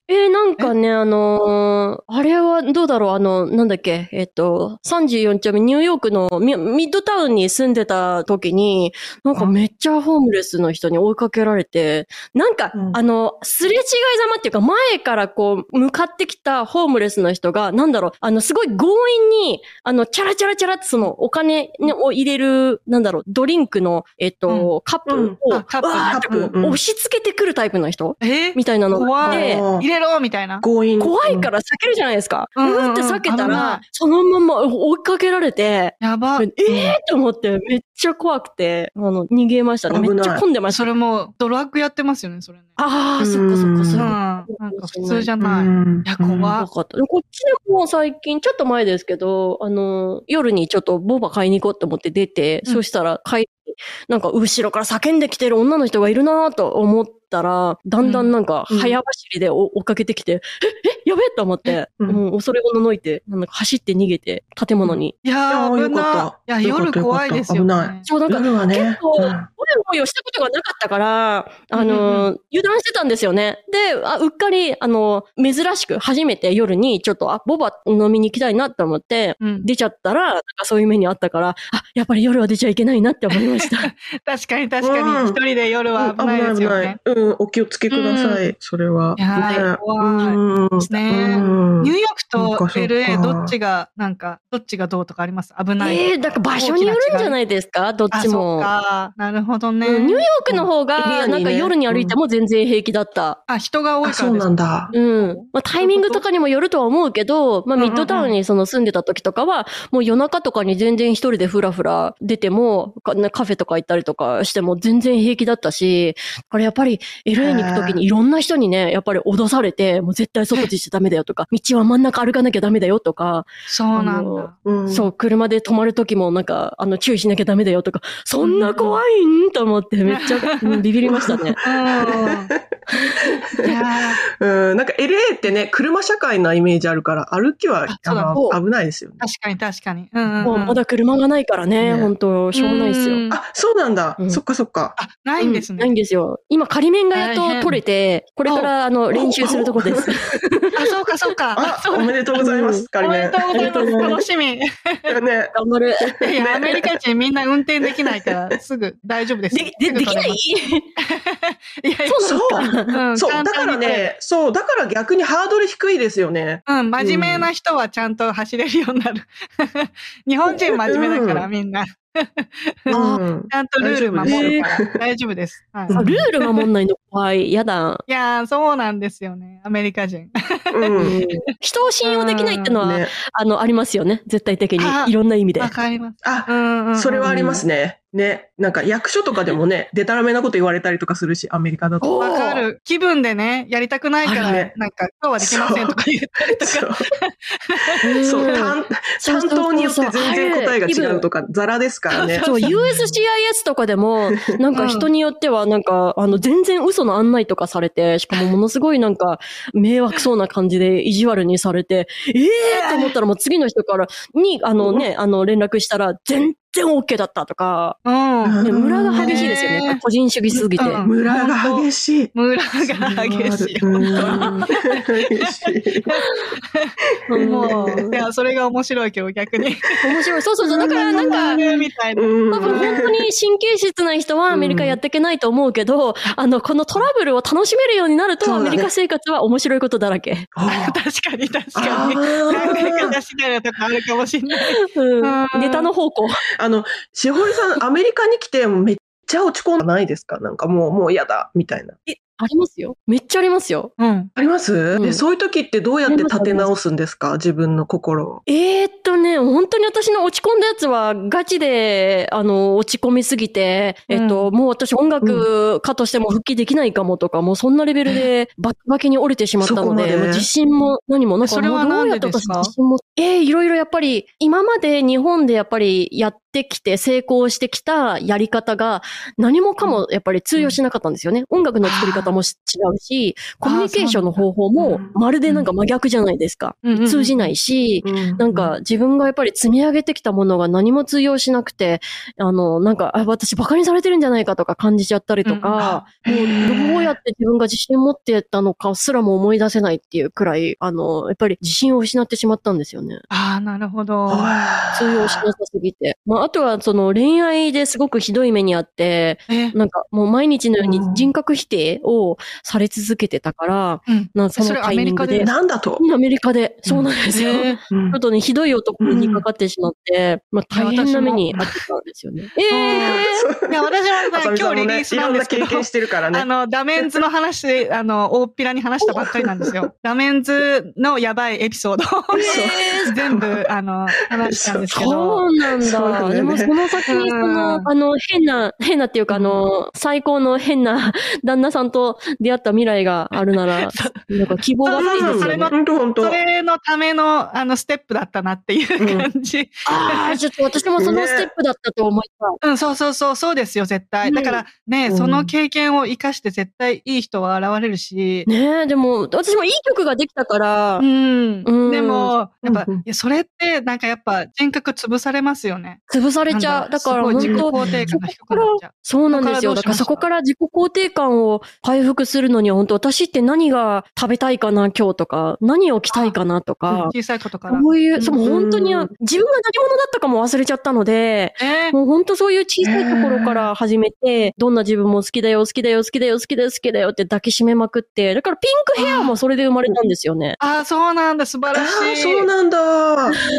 [SPEAKER 4] えーなんかね、あのーあれはどうだろうあの、なんだっけ、えっ、と、34丁目、ニューヨークのミミッドタウンに住んでた時に、なんかめっちゃホームレスの人に追いかけられて、なんか、
[SPEAKER 3] うん
[SPEAKER 4] あの、すれ違いざまっていうか、前からこう、向かってきたホームレスの人が、なんだろう、あの、すごい強引に、あの、チャラチャラチャラってその、お金を入れる、なんだろう、ドリンクの、えっ、と、カップを、
[SPEAKER 1] うんあ
[SPEAKER 4] わ
[SPEAKER 1] カップ
[SPEAKER 4] ーってこ
[SPEAKER 3] カップうん
[SPEAKER 4] う、押し付けてくるタイプの人
[SPEAKER 1] え
[SPEAKER 4] みたいなのがあっ
[SPEAKER 1] 怖
[SPEAKER 4] て
[SPEAKER 1] い。
[SPEAKER 3] あー
[SPEAKER 1] 入れろみたいな。
[SPEAKER 3] 強引。
[SPEAKER 4] 怖いから避けるじゃないですか。う
[SPEAKER 1] うんうんうん
[SPEAKER 4] ーって避けた
[SPEAKER 1] 危な
[SPEAKER 4] ら
[SPEAKER 1] い、
[SPEAKER 4] そのまま追いかけられて、
[SPEAKER 1] やば。
[SPEAKER 4] ええー、と思って、めっちゃ怖くて、あの、逃げましたね。
[SPEAKER 3] 危ない
[SPEAKER 4] めっちゃ混んでました。
[SPEAKER 1] それもうドラッグやってますよね、それね。
[SPEAKER 4] あ
[SPEAKER 3] う
[SPEAKER 4] あ、
[SPEAKER 3] ん
[SPEAKER 4] そっかそっか
[SPEAKER 1] う
[SPEAKER 4] そ
[SPEAKER 1] ん。
[SPEAKER 4] っ
[SPEAKER 3] う
[SPEAKER 4] か。
[SPEAKER 1] なんか普通じゃない。
[SPEAKER 3] うん
[SPEAKER 1] いや怖
[SPEAKER 4] 怖かった。でこっちでも最近、ちょっと前ですけど、あの、夜にちょっとボバ買いに行こうと思って出て、
[SPEAKER 1] うん
[SPEAKER 4] そしたら帰って、なんか後ろから叫んできてる女の人がいるなと思ったら、だんだんなんか
[SPEAKER 3] うん
[SPEAKER 4] 早走りでお追っかけてきて、え、え、やべえと思って、
[SPEAKER 3] うん
[SPEAKER 4] もう恐れおののいて、なんか走って逃げて、建物に。
[SPEAKER 1] いや
[SPEAKER 3] いやー
[SPEAKER 1] ー、危
[SPEAKER 3] よか
[SPEAKER 1] な
[SPEAKER 3] っ
[SPEAKER 1] い。いや、
[SPEAKER 3] たよかった
[SPEAKER 1] 夜怖いですよ、ね。
[SPEAKER 3] よかった危ない
[SPEAKER 4] そう、なんか、
[SPEAKER 3] 夜はね
[SPEAKER 4] 結。構
[SPEAKER 3] うん
[SPEAKER 4] もやもやしたことがなかったから、あの、油断してたんですよね。で、あうっかり、あの、珍しく初めて夜にちょっと、あ、ボバ飲みに行きたいなと思って、
[SPEAKER 1] うん、
[SPEAKER 4] 出ちゃったら、なんかそういう目にあったから、あ、やっぱり夜は出ちゃいけないなって思いました。
[SPEAKER 1] 確かに確か
[SPEAKER 3] うん
[SPEAKER 1] に、一人で夜は危ないですよね。
[SPEAKER 3] うん危ないうん、お気をつけください。それは。
[SPEAKER 1] いやー
[SPEAKER 3] ね
[SPEAKER 1] 怖い
[SPEAKER 3] うん
[SPEAKER 1] ね
[SPEAKER 3] うん
[SPEAKER 1] ニューヨーク
[SPEAKER 3] そっか
[SPEAKER 1] と
[SPEAKER 3] そっか
[SPEAKER 1] LA どっちが、なんか、どっちがどうとかあります危 <laughs> ない。
[SPEAKER 4] ええなんか場所によるんじゃないですかどっ
[SPEAKER 1] あ、そ
[SPEAKER 4] ち
[SPEAKER 1] っ
[SPEAKER 4] も。
[SPEAKER 1] か。なるほどね。
[SPEAKER 4] うんニューヨークの方が、
[SPEAKER 3] うん
[SPEAKER 4] なんか夜に歩いても全然平気だった。
[SPEAKER 1] あ、人が多い
[SPEAKER 3] あ、
[SPEAKER 1] か
[SPEAKER 3] そ
[SPEAKER 1] ら
[SPEAKER 3] う
[SPEAKER 1] です
[SPEAKER 3] な
[SPEAKER 1] か
[SPEAKER 3] んだ。
[SPEAKER 4] うん。まあ、タイミングとかにもよるとは思うけど、まあ、
[SPEAKER 1] うんうん
[SPEAKER 4] ミ
[SPEAKER 1] うん
[SPEAKER 4] ッドタウンにその住んでた時とかは、もう夜中とかに全然一人でふらふら出ても、かカフェとか行ったりとかしても全然平気だったし、これやっぱり LA に行く時にいろんな人にね、やっぱり脅されて、もう絶対外出しちゃダメだよとか、道は真ん中歩かなきゃダメだよとか、
[SPEAKER 1] そうな
[SPEAKER 4] あ
[SPEAKER 1] ん
[SPEAKER 4] の
[SPEAKER 1] だ。
[SPEAKER 3] うん
[SPEAKER 4] そう、車で止まる時もなんか、あの、注意しなきゃダメだよとか、そんな怖いんと思ってめっちゃうんビビりましたね。
[SPEAKER 1] うん。いやー
[SPEAKER 3] うん、なんか LA ってね、車社会なイメージあるから、歩きは
[SPEAKER 1] あ
[SPEAKER 3] あ
[SPEAKER 1] そうだ
[SPEAKER 3] の危ないですよね。
[SPEAKER 1] 確かに確かに。うんうん
[SPEAKER 4] もう
[SPEAKER 1] うん、
[SPEAKER 4] まだ車がないからね、
[SPEAKER 3] ね
[SPEAKER 4] 本当しょうがないですよ。
[SPEAKER 1] うんあ、
[SPEAKER 3] あ、そうなんだ
[SPEAKER 4] う。ん
[SPEAKER 3] そっかそっか。
[SPEAKER 1] ないんです
[SPEAKER 4] う
[SPEAKER 1] ね。
[SPEAKER 4] ないんですよ。今、仮面がやっ
[SPEAKER 1] 大
[SPEAKER 4] と
[SPEAKER 1] 変
[SPEAKER 4] 取れて、これから、あの、練習するとこです。
[SPEAKER 1] あ、そうかそうか。
[SPEAKER 3] あ、おめでとうございます。
[SPEAKER 1] お
[SPEAKER 3] 仮
[SPEAKER 1] めで
[SPEAKER 3] 面
[SPEAKER 1] と。うございます。楽しみ。
[SPEAKER 3] ね、
[SPEAKER 4] 頑張る。
[SPEAKER 1] いや、アメリカ人みんな運転できないから、すぐ大丈夫ですよ。
[SPEAKER 4] で、で、できない <laughs>
[SPEAKER 1] いやいや
[SPEAKER 4] そうなのか。
[SPEAKER 1] うん
[SPEAKER 3] そう、
[SPEAKER 1] 簡
[SPEAKER 3] だか
[SPEAKER 1] 単に
[SPEAKER 3] らね、そう、だから逆にハードル低いですよね。
[SPEAKER 1] うん、真面目な人はちゃんと走れるようになる。 <laughs> 日本人真面目だから、
[SPEAKER 3] うん
[SPEAKER 1] みんな。ち <laughs>
[SPEAKER 4] あ
[SPEAKER 3] うん。
[SPEAKER 1] ゃんとルール守るから、大丈夫です。はい、
[SPEAKER 4] あルール守んないの怖い。やだ。
[SPEAKER 1] いやー、そうなんですよね。アメリカ人。 <laughs>
[SPEAKER 3] うん。
[SPEAKER 4] 人を信用できないってのは、
[SPEAKER 3] ね。
[SPEAKER 4] あの、ありますよね。絶対的
[SPEAKER 1] あ
[SPEAKER 4] に。いろんな意味で
[SPEAKER 1] わ。かります。う
[SPEAKER 3] あ、
[SPEAKER 1] ん、うん。
[SPEAKER 3] それはありますね。ね。なんか役所とかでもね、でたらめなこと言われたりとかするし、アメリカだと。
[SPEAKER 4] お
[SPEAKER 1] わかる。気分でね、やりたくないか
[SPEAKER 3] あ
[SPEAKER 1] ら、
[SPEAKER 3] るね
[SPEAKER 1] なんか、今日はできませんとか言ったりとか。
[SPEAKER 3] そうそう、担担当によって全然答えが違うと
[SPEAKER 4] か。
[SPEAKER 3] か、ザラですからね。
[SPEAKER 4] そう、USCIS とかでも、なんか人によっては、なんか、あの、全然嘘の案内とかされて、しかもものすごいなんか、迷惑そうな感じで意地悪にされて、ええーと思ったらもう次の人から、に、あのね、あの、連絡したら、全然 OK だったとか、
[SPEAKER 1] うん。
[SPEAKER 4] ね、村が激しいですよね。
[SPEAKER 1] ね
[SPEAKER 4] やっぱ個人主義すぎて。
[SPEAKER 1] うん
[SPEAKER 3] 村が激しい。
[SPEAKER 1] 村が激しい。
[SPEAKER 3] うん激しい。
[SPEAKER 1] も
[SPEAKER 4] う
[SPEAKER 1] う、
[SPEAKER 4] ん
[SPEAKER 1] いや、それが面白いけど、逆に。
[SPEAKER 4] 面白い。そうそうそう。だからなんか、
[SPEAKER 1] <laughs> みたいな。
[SPEAKER 3] うん
[SPEAKER 4] 多分本当に神経質な人はアメリカやっていけないと思うけど、あの、このトラブルを楽しめるようになると、
[SPEAKER 3] そう
[SPEAKER 4] ア
[SPEAKER 3] だね
[SPEAKER 4] メリカ生活は面白いことだらけ。
[SPEAKER 3] あ
[SPEAKER 1] 確かに、確かに。なんか
[SPEAKER 3] ー
[SPEAKER 1] 出しながらとかあるかもしれない。
[SPEAKER 4] うん
[SPEAKER 1] うん。
[SPEAKER 4] ネタの方向。
[SPEAKER 3] あの、しほりさん、アメリカに来てめっちゃ落ち込んないですかなんかもう、もう嫌だ、みたいな。
[SPEAKER 4] ありますよ。めっちゃありますよ。
[SPEAKER 1] うん。
[SPEAKER 3] あります、
[SPEAKER 4] うん
[SPEAKER 3] えそういう時ってどうやって立て直すんですか自分の心を。
[SPEAKER 4] えー、っとね、本当に私の落ち込んだやつは、ガチで、あの、落ち込みすぎて、えっと、もう私音楽家としても復帰できないかもとか、もうそんなレベルでバッキバキに折れてしまった
[SPEAKER 3] そこ
[SPEAKER 4] の
[SPEAKER 3] ま
[SPEAKER 4] で、
[SPEAKER 3] で
[SPEAKER 4] もう自信も何も、なんか
[SPEAKER 1] それ
[SPEAKER 4] も
[SPEAKER 1] は
[SPEAKER 4] うど
[SPEAKER 1] なん
[SPEAKER 4] う
[SPEAKER 1] で
[SPEAKER 4] やって
[SPEAKER 1] です
[SPEAKER 4] 私
[SPEAKER 1] か
[SPEAKER 4] 自信も、ええいろいろやっぱり、今まで日本でやっぱりやってきて、成功してきたやり方が、何もかもやっぱり通用しなかったんですよね。音楽の作り方もし違うし、コミュニケーションの方法も
[SPEAKER 1] うん、
[SPEAKER 4] まるでなんか真逆じゃないですか。通じないし、なんか自分がやっぱり積み上げてきたものが何も通用しなくて、あの、なんか、あ私バカにされてるんじゃないかとか感じちゃったりとか、もうどうやって自分が自信持ってたのかすらも思い出せないっていうくらい、あの、やっぱり自信を失ってしまったんですよね。
[SPEAKER 1] ああ、なるほど。
[SPEAKER 4] 通用しなさすぎて。まあ、あとはその恋愛ですごくひどい目にあって、
[SPEAKER 1] え、
[SPEAKER 4] なんかもう毎日のように人格否定をされ続けてたから、
[SPEAKER 1] うん。
[SPEAKER 4] なんかそ
[SPEAKER 1] それ
[SPEAKER 4] のタイミング
[SPEAKER 1] アメリカで
[SPEAKER 4] で。
[SPEAKER 3] なんだと。
[SPEAKER 4] アメリカで。そうなんですよ。
[SPEAKER 1] えー
[SPEAKER 3] うん
[SPEAKER 4] ちょっとね、ひどい男にかかってしまって、ま
[SPEAKER 1] い
[SPEAKER 4] あ
[SPEAKER 1] や
[SPEAKER 4] 大変な目にあってたんですよね。え
[SPEAKER 1] いや、私も
[SPEAKER 3] あ
[SPEAKER 1] さ
[SPEAKER 3] さ
[SPEAKER 1] 今
[SPEAKER 3] みさ
[SPEAKER 1] 日
[SPEAKER 3] んも
[SPEAKER 1] リリ
[SPEAKER 3] ね
[SPEAKER 1] ー、ス
[SPEAKER 3] い
[SPEAKER 1] な
[SPEAKER 3] ろ
[SPEAKER 1] ん
[SPEAKER 3] ん
[SPEAKER 1] で
[SPEAKER 3] な
[SPEAKER 1] すけ
[SPEAKER 3] 経
[SPEAKER 1] ど、
[SPEAKER 3] 験してるから
[SPEAKER 1] あ
[SPEAKER 3] ね。
[SPEAKER 1] の、ダメンズの
[SPEAKER 3] <laughs>
[SPEAKER 1] 話、あの、大っぴらに話したばっかりなんですよ。ダメンズのやばいエピソードを全部、あの、話したんですけど。
[SPEAKER 4] そうなんだ。
[SPEAKER 3] そうなんだよね
[SPEAKER 4] でもその先に、その、
[SPEAKER 1] うん
[SPEAKER 4] あの、変な、変なっていうか、あの、最高の変な <laughs> 旦那さんと出会った未来があるな <laughs> ら、なんか希望
[SPEAKER 1] そ
[SPEAKER 4] が
[SPEAKER 1] う
[SPEAKER 4] いい
[SPEAKER 1] そう
[SPEAKER 4] です
[SPEAKER 1] それ
[SPEAKER 4] よね
[SPEAKER 1] の。
[SPEAKER 3] 本当本当。
[SPEAKER 1] それのための、あの、ステップだったなっていう感じ。
[SPEAKER 4] ああ、ちょっと私もそのステップだったと思いた。
[SPEAKER 1] うん、そうそうそう、そうですよ、絶対。
[SPEAKER 4] うん
[SPEAKER 1] だからね、
[SPEAKER 3] うん
[SPEAKER 1] その経験を生かして絶対いい人は現れるし。
[SPEAKER 4] ねえ、でも、私もいい曲ができたから、
[SPEAKER 1] うん。
[SPEAKER 4] うん
[SPEAKER 1] でも、やっぱ、
[SPEAKER 3] うんうん
[SPEAKER 1] いやそれって、なんかやっぱ人格潰されますよね。
[SPEAKER 4] 潰されちゃう。だか
[SPEAKER 1] す
[SPEAKER 4] ら、
[SPEAKER 1] ごい自
[SPEAKER 4] 本
[SPEAKER 1] 己
[SPEAKER 4] 当
[SPEAKER 1] 肯定感が低くなっちゃう。
[SPEAKER 4] そうなんですよ。
[SPEAKER 1] そこからどうしまし
[SPEAKER 4] だ
[SPEAKER 1] た
[SPEAKER 4] からそこから自己肯定感を回復するのには、本当私って何が食べたいかな、今日とか、何を着たいかなとか、
[SPEAKER 1] 小さいことから。
[SPEAKER 4] そういう、そうもう本当に、
[SPEAKER 3] う
[SPEAKER 4] 自分が
[SPEAKER 3] ん
[SPEAKER 4] 何者だったかも忘れちゃったので、
[SPEAKER 1] えー
[SPEAKER 4] もう本当そういう小さいところから始めて、どんな自分も好きだよ、好きだよ、好きだよ、好きだよ、好きだよって抱きしめまくって、だからピンクヘアもそれで生まれたんですよね。
[SPEAKER 1] ああ、そうなんだ、素晴
[SPEAKER 3] あ
[SPEAKER 1] ら
[SPEAKER 3] あ、
[SPEAKER 1] しい。
[SPEAKER 3] そうな
[SPEAKER 1] ん
[SPEAKER 3] んだ。
[SPEAKER 1] だ
[SPEAKER 4] そうそうそ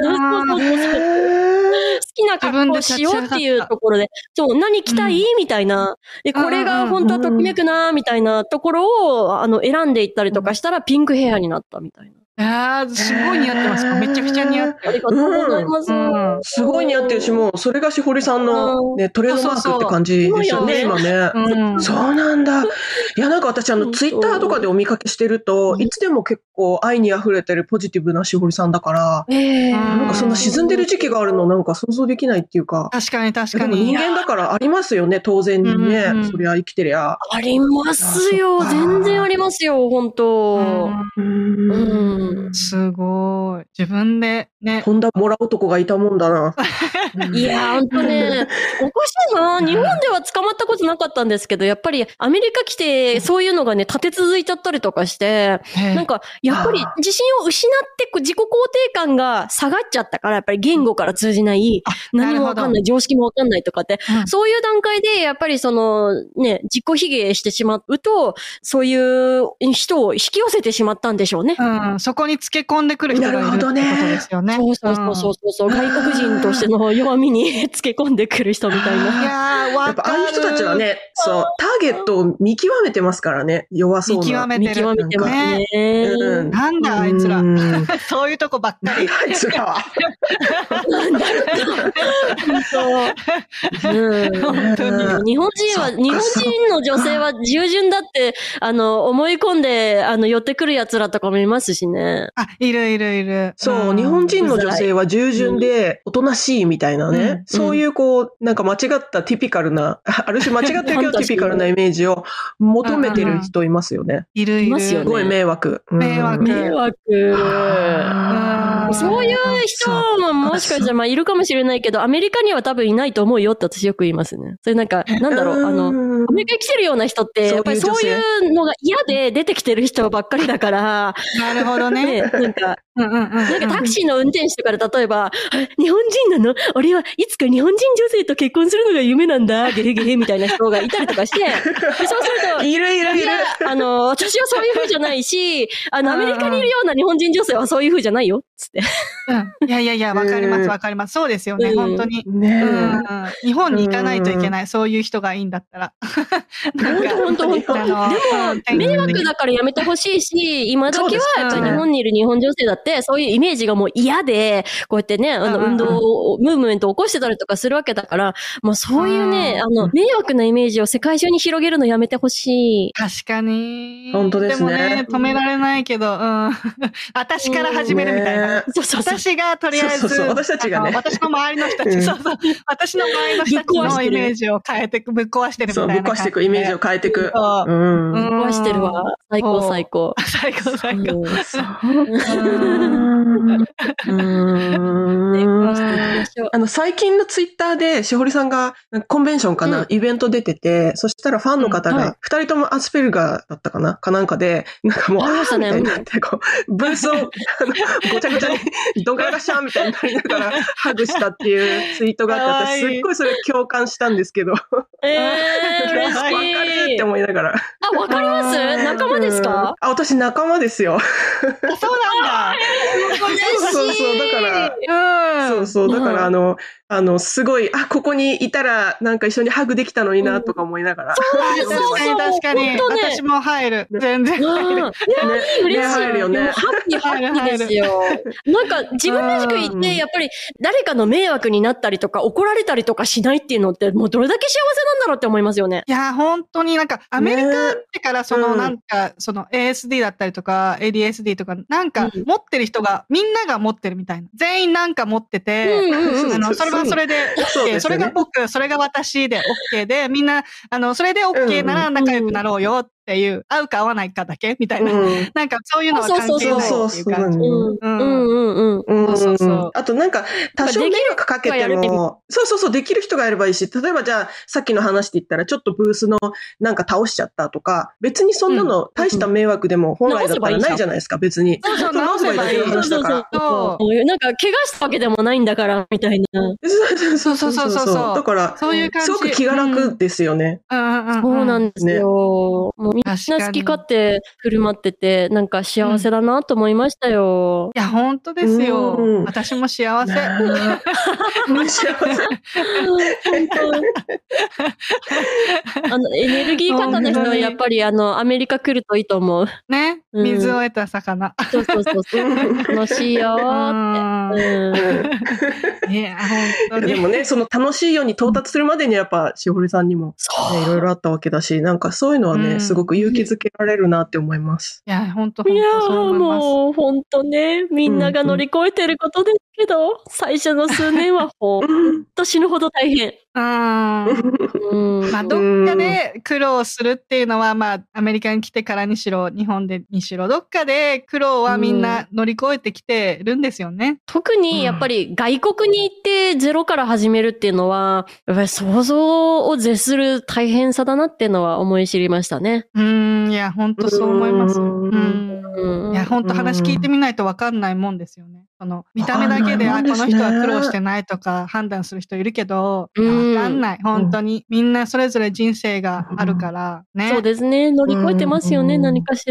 [SPEAKER 4] う
[SPEAKER 3] へ
[SPEAKER 4] そう
[SPEAKER 3] え
[SPEAKER 4] 好きな格好をしようっていうところで、そう、何着たい、みたいな。で、こ
[SPEAKER 1] うん
[SPEAKER 4] れ
[SPEAKER 1] うん
[SPEAKER 4] が
[SPEAKER 1] うん
[SPEAKER 4] 本当はときめくなみたいなところを、あの、選んでいったりとかしたら、ピンクヘアになったみたいな。
[SPEAKER 1] ああ、 <laughs> すごい似合ってます。めちゃくちゃ似合って
[SPEAKER 4] ありがとうございます。
[SPEAKER 1] うん
[SPEAKER 3] すごい似合ってるし、もう、それがしほりさんの、ね、トレードマークって感じですよね、
[SPEAKER 4] そ
[SPEAKER 3] 今
[SPEAKER 4] う
[SPEAKER 1] る。
[SPEAKER 3] ね。
[SPEAKER 1] うん。
[SPEAKER 3] そうなんだ。いや、なんか私、あ
[SPEAKER 4] う
[SPEAKER 3] の、
[SPEAKER 4] ん
[SPEAKER 3] ツイッターとかでお見かけしてると
[SPEAKER 4] う、ん
[SPEAKER 3] いつでも結構愛に溢れてるポジティブなしほりさんだから、
[SPEAKER 4] ええ
[SPEAKER 1] な
[SPEAKER 3] なんかそんな沈んでる時期があるの、なんか想像できないっていうか。
[SPEAKER 1] 確かに確
[SPEAKER 3] で
[SPEAKER 1] か
[SPEAKER 3] も人
[SPEAKER 1] に。
[SPEAKER 3] 間だからありますよね、当然にね。
[SPEAKER 1] うんうん
[SPEAKER 3] そりゃ生きてりゃ。
[SPEAKER 4] ありますよ。
[SPEAKER 3] あそっか
[SPEAKER 4] 全然ありますよ、本当うん
[SPEAKER 1] すごい。自分でね。
[SPEAKER 3] こんなもらう男がいたもんだな。
[SPEAKER 4] いやー、ほん
[SPEAKER 3] <laughs>
[SPEAKER 4] とね、おかしいな。日本では捕まったことなかったんですけど、やっぱりアメリカ来て、そういうのがね、立て続いちゃったりとかして、なんか、やっぱり
[SPEAKER 3] あー
[SPEAKER 4] 自信を失って、こう自己肯定感が下がっちゃったから、やっぱり言語から通じない、何もわかん
[SPEAKER 1] な
[SPEAKER 4] な
[SPEAKER 1] る
[SPEAKER 4] い、常識もわかんないとかって、
[SPEAKER 1] うん
[SPEAKER 4] そういう段階で、やっぱりその、ね、自己卑下してしまうと、そういう人を引き寄せてしまったんでしょうね。
[SPEAKER 1] うん、そこにつけ込んでくる人がいるってことですよね。
[SPEAKER 4] そうそうそうそうそうそう、外国人としての弱みに <laughs> つけ込んでくる人みたい
[SPEAKER 1] うん。い
[SPEAKER 4] な。
[SPEAKER 1] やー、
[SPEAKER 3] や
[SPEAKER 1] わ
[SPEAKER 3] っぱ
[SPEAKER 1] か
[SPEAKER 3] ああ
[SPEAKER 1] る。
[SPEAKER 3] いう人たちは、ね、そう、ターゲットを見極めてますからね、弱そうな。
[SPEAKER 1] 見極め
[SPEAKER 4] 見
[SPEAKER 1] てる
[SPEAKER 4] 極。めてますね。
[SPEAKER 3] うん
[SPEAKER 1] なんだ、あいつら <laughs>
[SPEAKER 3] う。ん
[SPEAKER 1] そういうとこばっか
[SPEAKER 3] なん
[SPEAKER 1] り
[SPEAKER 3] だ。あいつらは。
[SPEAKER 4] そううん
[SPEAKER 1] 本当に。
[SPEAKER 4] 日本人は、
[SPEAKER 3] そっか
[SPEAKER 4] 日本人の女性は従順だ <laughs> って、あの、思い込んで、あの、寄ってくる奴らとかもいますしね。
[SPEAKER 1] あ、いるいるいる。
[SPEAKER 3] そう、
[SPEAKER 1] ん
[SPEAKER 3] 日本人の女性は従順で、おとなしいみたいな
[SPEAKER 1] うんう
[SPEAKER 3] ね。そういうこう、なんか間違ったティピカルな、ある種間違ってるけどティピカルなイメージを求めてる人いますよね。
[SPEAKER 1] いるいる。
[SPEAKER 4] いますよ
[SPEAKER 3] すごい迷惑。うん
[SPEAKER 1] 迷惑
[SPEAKER 4] 迷惑。
[SPEAKER 1] うん
[SPEAKER 4] そういう人ももしかしたら、まあ、いるかもしれないけど、アメリカには多分いないと思うよって私よく言いますね。それなんか、なんだろ <laughs> う、あの、
[SPEAKER 3] の
[SPEAKER 4] アメリカに来てるような人って、やっぱりそういうのが嫌で出てきてる人ばっかりだから、
[SPEAKER 1] なるほどね。
[SPEAKER 4] ね、なんか、
[SPEAKER 1] うんうんうんうん。
[SPEAKER 4] なんかタクシーの運転手とかで例えば、え日本人なの俺はいつか日本人女性と結婚するのが夢なんだ、ゲヘゲヘみたいな人がいたりとかして、で
[SPEAKER 1] <laughs>
[SPEAKER 4] そうする
[SPEAKER 3] いるい
[SPEAKER 4] と、
[SPEAKER 3] る
[SPEAKER 4] い
[SPEAKER 3] いる
[SPEAKER 4] や。、あの、私はそういう風じゃないし、あの、
[SPEAKER 1] う
[SPEAKER 4] ア
[SPEAKER 1] んうん
[SPEAKER 4] メリカにいるような日本人女性はそういう風じゃないよ、つって。
[SPEAKER 1] うんいやいやいや、わかりますわかります。そうですよね、
[SPEAKER 4] うん
[SPEAKER 1] 本当に。に。
[SPEAKER 3] ね
[SPEAKER 1] うん日本に行かないといけない、そういう人がいいんだったら。 <laughs> なんか
[SPEAKER 4] 本当本当本当
[SPEAKER 1] あの
[SPEAKER 4] でも、迷惑だからやめてほしいし、今時はやっぱり日本にいる日本女性だって、そういうイメージがもう嫌で、こうやってね、あの、
[SPEAKER 1] うんうんうん
[SPEAKER 4] 運動を、ムーブメントを起こしてたりとかするわけだから、まあそういうね、
[SPEAKER 1] う
[SPEAKER 4] あの、迷惑なイメージを世界中に広げるのやめてほしい。
[SPEAKER 1] 確かに。
[SPEAKER 3] 本当ですね
[SPEAKER 1] でもね、止められないけど、うん。 <laughs> 私から始めるみたいな。
[SPEAKER 3] ね
[SPEAKER 4] そうそうそう。
[SPEAKER 1] 私がとりあえず、
[SPEAKER 3] そうそうそう私たちがね
[SPEAKER 1] あの私の周りの人たち、
[SPEAKER 3] うん
[SPEAKER 1] そうそう、私の周りの人たち
[SPEAKER 4] ぶっ壊し
[SPEAKER 1] の
[SPEAKER 4] て
[SPEAKER 1] イ
[SPEAKER 4] る
[SPEAKER 1] メージを変えてく、ぶっ壊してるみた
[SPEAKER 3] そ、
[SPEAKER 1] いうな
[SPEAKER 3] ぶっ
[SPEAKER 1] 感じで。
[SPEAKER 3] 壊していく、イメージを変えていく。。
[SPEAKER 1] そううんん
[SPEAKER 4] 壊してるわ。最
[SPEAKER 1] そ
[SPEAKER 4] 高
[SPEAKER 1] う
[SPEAKER 4] 最高。
[SPEAKER 1] 最高最高。
[SPEAKER 4] うん
[SPEAKER 3] そうか
[SPEAKER 1] うん
[SPEAKER 3] うん
[SPEAKER 4] ね壊していきましょう
[SPEAKER 3] あの、最近のツイッターで、しほりさんが、コンベンションかな、
[SPEAKER 4] うん
[SPEAKER 3] イベント出てて、そしたらファンの方
[SPEAKER 4] うんは
[SPEAKER 3] が、二、人ともアスペルガーだったかなかなんかで、なんかもう、
[SPEAKER 4] ありましたね
[SPEAKER 3] あーみたいになって、こう、ブースを、あの、ごちゃごちゃに、どんがらがしゃーみたいになりながら、ハグしたっていうツイートがあって、
[SPEAKER 1] かわい
[SPEAKER 3] 私
[SPEAKER 1] い
[SPEAKER 3] すっごいそれ共感したんですけど、わか
[SPEAKER 4] えー、嬉しい。
[SPEAKER 3] るって思いながら。
[SPEAKER 4] あ、わかります仲間です
[SPEAKER 3] うん
[SPEAKER 4] か
[SPEAKER 3] あ、私仲間ですよ。
[SPEAKER 1] そうなんだ。
[SPEAKER 3] そうそう、だから、
[SPEAKER 1] うん。
[SPEAKER 3] そうそう。だから、あ
[SPEAKER 4] うん
[SPEAKER 3] の、あの、すごい、あ、ここにいたら、なんか一緒にハグできたのにな、とか思いながら。
[SPEAKER 4] そうそう
[SPEAKER 1] 確かに確かに、
[SPEAKER 4] 本当ね
[SPEAKER 1] 私も入る。全然入る。
[SPEAKER 4] うんいや
[SPEAKER 3] ね
[SPEAKER 4] 嬉しい。
[SPEAKER 3] ね入るよ
[SPEAKER 4] もう
[SPEAKER 3] ね。
[SPEAKER 4] ハッピーハッピーですよ。なんか自分らしく言
[SPEAKER 3] う
[SPEAKER 4] っ
[SPEAKER 3] ん
[SPEAKER 4] て、やっぱり誰かの迷惑になったりとか怒られたりとかしないっていうのって、もうどれだけ幸せなんだろうって思いますよね。
[SPEAKER 1] いや、本当になんか、アメリカ
[SPEAKER 3] ね
[SPEAKER 1] だから、その、
[SPEAKER 3] うん
[SPEAKER 1] なんか、その ASD だったりとか、ADSD とか、なんか
[SPEAKER 4] うん、
[SPEAKER 1] 持ってる人が、みんなが持ってるみたいな。全員なんか持って
[SPEAKER 4] うん
[SPEAKER 1] て、
[SPEAKER 4] うんうん。
[SPEAKER 1] あの、それはそれで OK、
[SPEAKER 3] そうですよね
[SPEAKER 1] それが僕、それが私で OK で、みんな、あの、それで OK なら仲良くなろうよっていう、合うか合わないかだけみたいな。
[SPEAKER 3] うん
[SPEAKER 1] なんか、そういうのは関係ないっていう
[SPEAKER 3] そう
[SPEAKER 1] 感じ。
[SPEAKER 3] そうそう。
[SPEAKER 4] うん
[SPEAKER 1] うん
[SPEAKER 4] うんうんうん。
[SPEAKER 3] う
[SPEAKER 1] そう
[SPEAKER 3] ん
[SPEAKER 1] そうそう
[SPEAKER 3] あとなんか、多少迷惑かけて
[SPEAKER 4] まあできる人がやれ
[SPEAKER 3] も、そうそうそう、できる人がやればいいし、例えばじゃあ、さっきの話で言ったら、ちょっとブースのなんか倒しちゃったとか、別にそんなの大した迷惑でも本来だったらないじゃないですか、別に。
[SPEAKER 1] そうそう
[SPEAKER 3] 直せばいい
[SPEAKER 1] 直
[SPEAKER 3] 話だから。
[SPEAKER 4] そうそうなんか、怪我したわけでもないんだから、みたいな。
[SPEAKER 3] <laughs> そう
[SPEAKER 1] そうそうそうそう
[SPEAKER 3] だから、
[SPEAKER 1] そういう感じ。
[SPEAKER 3] すごく気が楽ですよね。
[SPEAKER 1] うんうんうん。
[SPEAKER 4] そうなんですよ。もうみんな
[SPEAKER 1] 確かに
[SPEAKER 4] 好き勝手振る舞ってて、なんか幸せだなと思いましたよ。
[SPEAKER 1] <laughs> いや、本当ですよ。
[SPEAKER 3] うん
[SPEAKER 1] 私も幸
[SPEAKER 4] <laughs>
[SPEAKER 1] せ。
[SPEAKER 3] 幸せ。
[SPEAKER 4] 本当。あの、エネルギー方の人はやっぱり、あの、アメリカ来るといいと思う。
[SPEAKER 1] ね。
[SPEAKER 4] うん
[SPEAKER 1] 水を得た魚。
[SPEAKER 4] そうそうそう
[SPEAKER 1] <laughs>
[SPEAKER 4] そう。楽しいよーって。
[SPEAKER 1] う
[SPEAKER 4] うん。
[SPEAKER 1] ん。いや、本当に。
[SPEAKER 3] でもね、その楽しいように到達するまでにやっぱ、しほりさんにも、
[SPEAKER 4] そう
[SPEAKER 3] ね、いろいろあったわけだし、なんかそういうのはね、
[SPEAKER 1] うん
[SPEAKER 3] すごく勇気づけられるなって思います。
[SPEAKER 1] いや、本当
[SPEAKER 4] い
[SPEAKER 1] 本
[SPEAKER 4] や
[SPEAKER 1] 当そう
[SPEAKER 4] ー
[SPEAKER 1] 思います。
[SPEAKER 4] もう本当ね、みんなが乗り越えてることですけど、最初の数年はほん
[SPEAKER 3] うん
[SPEAKER 4] と死ぬほど大変。
[SPEAKER 1] うん。
[SPEAKER 4] うん。
[SPEAKER 1] まあ、どっかで苦労するっていうのは、まあ、アメリカに来てからにしろ、日本でにしろ、どっかで苦労はみんな乗り越えてきてるんですよね。
[SPEAKER 4] 特にやっぱり外国に行ってゼロから始めるっていうのは、やっぱり想像を絶する大変さだなっていうのは思い知りましたね。
[SPEAKER 1] うん、いや、本当そう思います。
[SPEAKER 3] う
[SPEAKER 1] うんん。
[SPEAKER 4] うん。
[SPEAKER 1] いや、本当話聞いてみないと分かんないもんですよね。その、見た目だけで、
[SPEAKER 3] わか
[SPEAKER 1] あ、
[SPEAKER 3] ん
[SPEAKER 1] こ
[SPEAKER 3] ないも
[SPEAKER 1] の
[SPEAKER 3] んで
[SPEAKER 1] 人
[SPEAKER 3] すね
[SPEAKER 1] は苦労してないとか判断する人いるけど、いや
[SPEAKER 4] うん
[SPEAKER 1] 分かんない。本当に。みんなそれぞれ人生があるから、ね。
[SPEAKER 4] そうですね。乗り越えてますよね、
[SPEAKER 3] うん
[SPEAKER 4] 何かし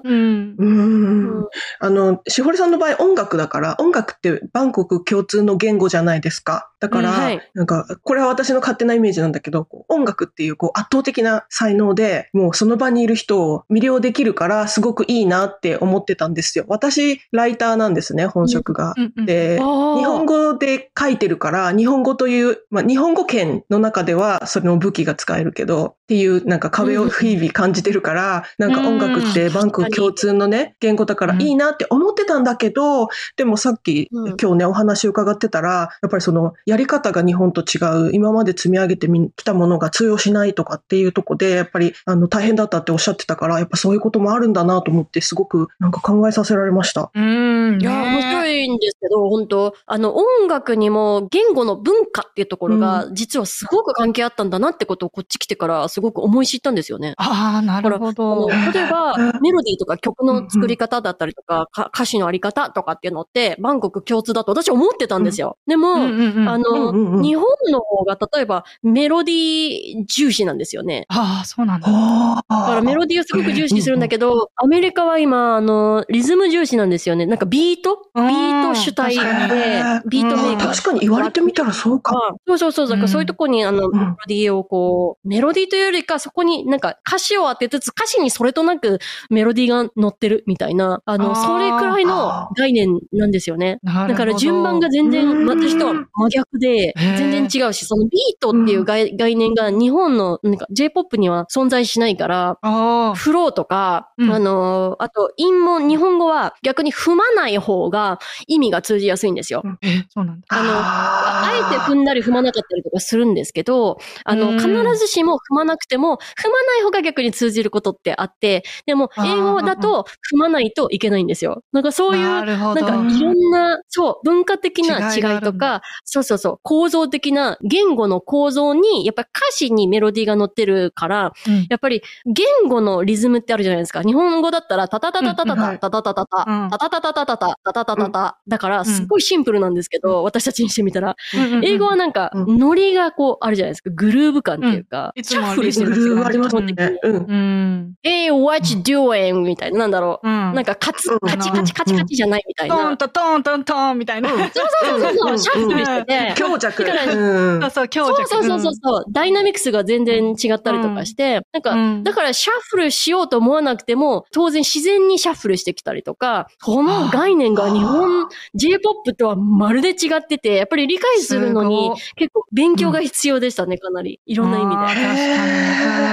[SPEAKER 1] うん。
[SPEAKER 3] うんあの、しほりさんの場合音楽だから、音楽ってバンコク共通の言語じゃないですか。だから、
[SPEAKER 4] うんはい
[SPEAKER 3] なんか、これは私の勝手なイメージなんだけど、こう音楽っていうこう圧倒的な才能で、もうその場にいる人を魅了できるから、すごくいいなって思ってたんですよ。私、ライターなんですね、本職が。
[SPEAKER 1] うんうん
[SPEAKER 3] で、
[SPEAKER 4] 日
[SPEAKER 3] 日本
[SPEAKER 4] 本
[SPEAKER 3] 語で書いてるから、日本語という、まあ、日本語圏の中ではそれの武器が使えるけど、っていうなんか壁を日々感じてるから、なんか音楽ってバンク共通のね、言語だからいいなって思ってたんだけど、でもさっき、
[SPEAKER 4] うん
[SPEAKER 3] 今日ね、お話伺ってたら、やっぱりその、やり方が日本と違う、今まで積み上げてみきたものが通用しないとかっていうとこで、やっぱり、あの、大変だったっておっしゃってたから、やっぱそういうこともあるんだなと思って、すごくなんか考えさせられました。
[SPEAKER 1] うん。
[SPEAKER 4] いや、面白
[SPEAKER 1] い。
[SPEAKER 4] いんですけど、本当あの、音楽にも言語の文化っていうところが、実はすごく関係あったんだなってことをこっち来てから、すすごく思い知ったんですよね。
[SPEAKER 1] ああ、なるほ
[SPEAKER 4] あの
[SPEAKER 1] ど。
[SPEAKER 4] 例えば、メロディーとか曲の作り方だったりとか、か歌詞のあり方とかっていうのって、バンコク共通だと私思ってたんですよ。でも、
[SPEAKER 1] うんうんうん
[SPEAKER 4] あ
[SPEAKER 3] うんうんう
[SPEAKER 4] の、
[SPEAKER 3] ん
[SPEAKER 4] 日本の方が例えばメロディー重視なんですよね。
[SPEAKER 1] ああ、そうなんだ。
[SPEAKER 3] あ
[SPEAKER 4] だからメ
[SPEAKER 3] ロ
[SPEAKER 4] ロディーをすごく重視するんだけど、アメリカは今、あの、リズム重視なんですよね。なんかビートビ
[SPEAKER 1] うん
[SPEAKER 4] ート主体
[SPEAKER 1] 確
[SPEAKER 4] で
[SPEAKER 3] か、に
[SPEAKER 4] ビートメーカー。
[SPEAKER 3] 確かに言われてみたらそうか。
[SPEAKER 4] あそうそうそう。だか
[SPEAKER 1] う
[SPEAKER 4] ら
[SPEAKER 1] ん
[SPEAKER 4] そういうとこに、あの、
[SPEAKER 3] う
[SPEAKER 4] メ
[SPEAKER 3] ん
[SPEAKER 4] ロディーをこう、メロディーというよりか、そこになんか歌詞を当てつつ、歌詞にそれとなくメロディーが乗ってるみたいな、あの、
[SPEAKER 1] あー
[SPEAKER 4] それくらいの概念なんですよね。
[SPEAKER 1] なる
[SPEAKER 4] だ
[SPEAKER 1] ほど
[SPEAKER 4] から順番が全
[SPEAKER 3] う
[SPEAKER 4] 然、
[SPEAKER 3] ん
[SPEAKER 4] 私とは真逆で、
[SPEAKER 1] へー
[SPEAKER 4] 全然違うし、そのビートっていう概概念が日本の、なんか J-POP には存在しないから、
[SPEAKER 1] あ
[SPEAKER 4] フローとか、
[SPEAKER 1] うん
[SPEAKER 4] あのー、あと、陰文、日本語は逆に踏まない方が意味が通じやすいんですよ。
[SPEAKER 1] あ、え、そうなんだ。
[SPEAKER 4] あのあ
[SPEAKER 3] あ
[SPEAKER 4] えて踏んだり踏まなかったりとかするんですけど、あ
[SPEAKER 1] う
[SPEAKER 4] の、
[SPEAKER 1] ん
[SPEAKER 4] 必ずしも踏まなくても、踏まない方が逆に通じることってあって、でも、
[SPEAKER 1] あー
[SPEAKER 4] 英語だと踏まないといけないんですよ。なんかそういう、
[SPEAKER 1] な
[SPEAKER 4] なん
[SPEAKER 1] るほ
[SPEAKER 4] か
[SPEAKER 1] ど。
[SPEAKER 4] いろんな、そう、文化的な
[SPEAKER 1] 違いがあ
[SPEAKER 4] 違い
[SPEAKER 1] る
[SPEAKER 4] と
[SPEAKER 1] ん
[SPEAKER 4] か
[SPEAKER 1] だ、
[SPEAKER 4] そうそうそう、構造的な言語の構造に、やっぱ歌詞にメロディーが乗ってるから、
[SPEAKER 1] うん
[SPEAKER 4] やっぱり言語のリズムってあるじゃないですか。日本語だったら、タタタタタタタタタタタタ
[SPEAKER 1] うん
[SPEAKER 4] タタタタタタタタタタタだから、
[SPEAKER 1] ん
[SPEAKER 4] すっごいシンプルなんですけど、私たちにしてみたら。
[SPEAKER 1] うんうんうん
[SPEAKER 4] 英語はなんか、
[SPEAKER 3] うん
[SPEAKER 4] ノリがこう、あるじゃないですか。グルーヴ感っていうか、
[SPEAKER 1] うんいつ
[SPEAKER 4] シ
[SPEAKER 1] も
[SPEAKER 4] ャッフルしてるんです
[SPEAKER 3] グル
[SPEAKER 4] よ。
[SPEAKER 3] ーヴあります
[SPEAKER 1] もんね
[SPEAKER 4] 基
[SPEAKER 3] え
[SPEAKER 4] 本的に
[SPEAKER 3] うん。
[SPEAKER 1] うん。
[SPEAKER 4] Hey, what you doing? みたいな、なんだろ
[SPEAKER 1] う
[SPEAKER 4] う。
[SPEAKER 1] ん
[SPEAKER 4] なんか、カツ、
[SPEAKER 3] うん
[SPEAKER 4] カチカチカチカチじゃないみたい
[SPEAKER 1] トン
[SPEAKER 4] な。
[SPEAKER 1] とトントントンみたいな。
[SPEAKER 4] そうそうそうそう、シャッフルしてて。
[SPEAKER 3] 強弱。
[SPEAKER 4] だから
[SPEAKER 3] う
[SPEAKER 1] <laughs>
[SPEAKER 3] ん
[SPEAKER 1] そうそう、強
[SPEAKER 4] そう
[SPEAKER 1] 弱。
[SPEAKER 4] そうそうそうそう、ダイナミクスが全然違ったりとかして、なんか、
[SPEAKER 1] うん
[SPEAKER 4] だからシャッフルしようと思わなくても、当然自然にシャッフルしてきたりとか、この概念が日本、J-POP とはまるで違ってて、やっぱり理解するのに
[SPEAKER 1] す
[SPEAKER 4] 結構勉強が必要でしたね、かなり。いろんな意味で。
[SPEAKER 1] あー確か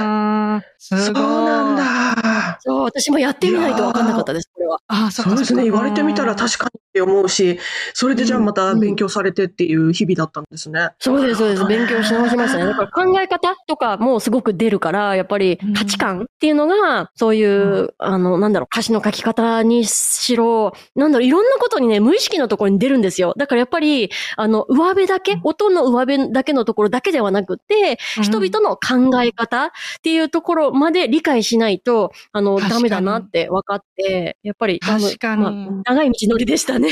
[SPEAKER 1] に。うんす
[SPEAKER 3] そう
[SPEAKER 1] ごい。
[SPEAKER 3] なんだ。
[SPEAKER 4] そう、私もやってみないとわかんなかったです、これは。
[SPEAKER 1] あー、そっ
[SPEAKER 3] そ
[SPEAKER 1] か
[SPEAKER 3] うですね。
[SPEAKER 1] そっ
[SPEAKER 3] 言われてみたら確かにって思うし、それでじゃあまた勉強されてっていう日々だったんですね。
[SPEAKER 4] そうです、そうです。勉強し直しましたね。だから考え方とかもすごく出るから、やっぱり
[SPEAKER 1] うん
[SPEAKER 4] 価値観っていうのが、そういう、あの、なんだろう、歌詞の書き方にしろ、なんだろう、いろんなことにね、無意識のところに出るんですよ。だからやっぱり、あの、上辺だけ、音の上辺だけのところだけではなくって、
[SPEAKER 1] うん
[SPEAKER 4] 人々の考え方っていうところまで理解しないと、あの、
[SPEAKER 1] 確か
[SPEAKER 4] ダ
[SPEAKER 1] に
[SPEAKER 4] メだなって分かって、やっぱり、あの
[SPEAKER 1] 確かに
[SPEAKER 4] まあ長い道のりでしたね。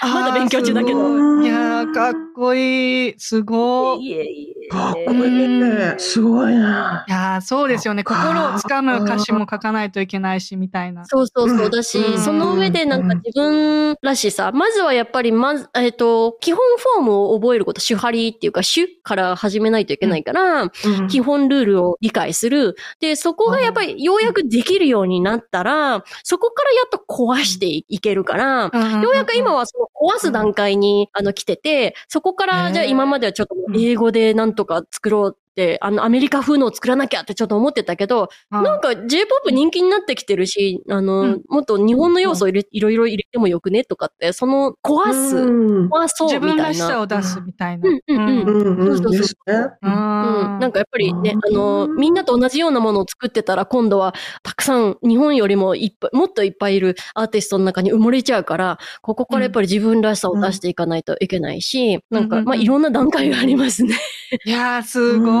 [SPEAKER 1] あー
[SPEAKER 4] まだ勉強中だけど
[SPEAKER 1] すごいいやー、かっこいい。すごい。い
[SPEAKER 4] いえいえ
[SPEAKER 3] かっこいいね。すごいな。
[SPEAKER 1] やーそうですよね。
[SPEAKER 3] あー
[SPEAKER 1] 心をつかむ歌詞も書かないといけないし、みたいな。
[SPEAKER 4] そうそうそうだし、
[SPEAKER 1] うん
[SPEAKER 4] その上でなんか自分らしさ、まずはやっぱり、まず、えっ、と、基本フォームを覚えること、手張りっていうか、手から始めないといけないから、基本ルールを理解する。で、そこがやっぱりようやくできるようになったら、そこからやっと壊していけるから、
[SPEAKER 1] よ
[SPEAKER 4] ようやく今はその壊す段階に、あの来てて、そこから、
[SPEAKER 1] ね
[SPEAKER 4] じゃあ今まではちょっと英語でなんとか作ろうって、あのアメリカ風のを作らなきゃってちょっと思ってたけど、なんか J-POP 人気になってきてるし、あの、
[SPEAKER 1] うん
[SPEAKER 4] もっと日本の要素を入れいろいろ入れてもよくねとかって、その壊す、
[SPEAKER 3] うん
[SPEAKER 4] 壊そう
[SPEAKER 1] 自分
[SPEAKER 4] みたいな。
[SPEAKER 1] らしさを出すみたいな。
[SPEAKER 4] うんうんうん
[SPEAKER 3] うんうん
[SPEAKER 4] そうそうそう
[SPEAKER 3] ですね。
[SPEAKER 4] うん、なん
[SPEAKER 1] か、
[SPEAKER 4] かやっぱりね、
[SPEAKER 3] うん
[SPEAKER 4] あの、みんなと同じようなものを作ってたら、今度はたくさん日本よりもいっぱい、もっといっぱいいるアーティストの中に埋もれちゃうから、ここからやっぱり自分らしさを出していかないといけないし、
[SPEAKER 1] うん
[SPEAKER 4] なんか、
[SPEAKER 1] うん
[SPEAKER 4] まあ、いろんな段階がありますね。
[SPEAKER 1] いやー、すごい。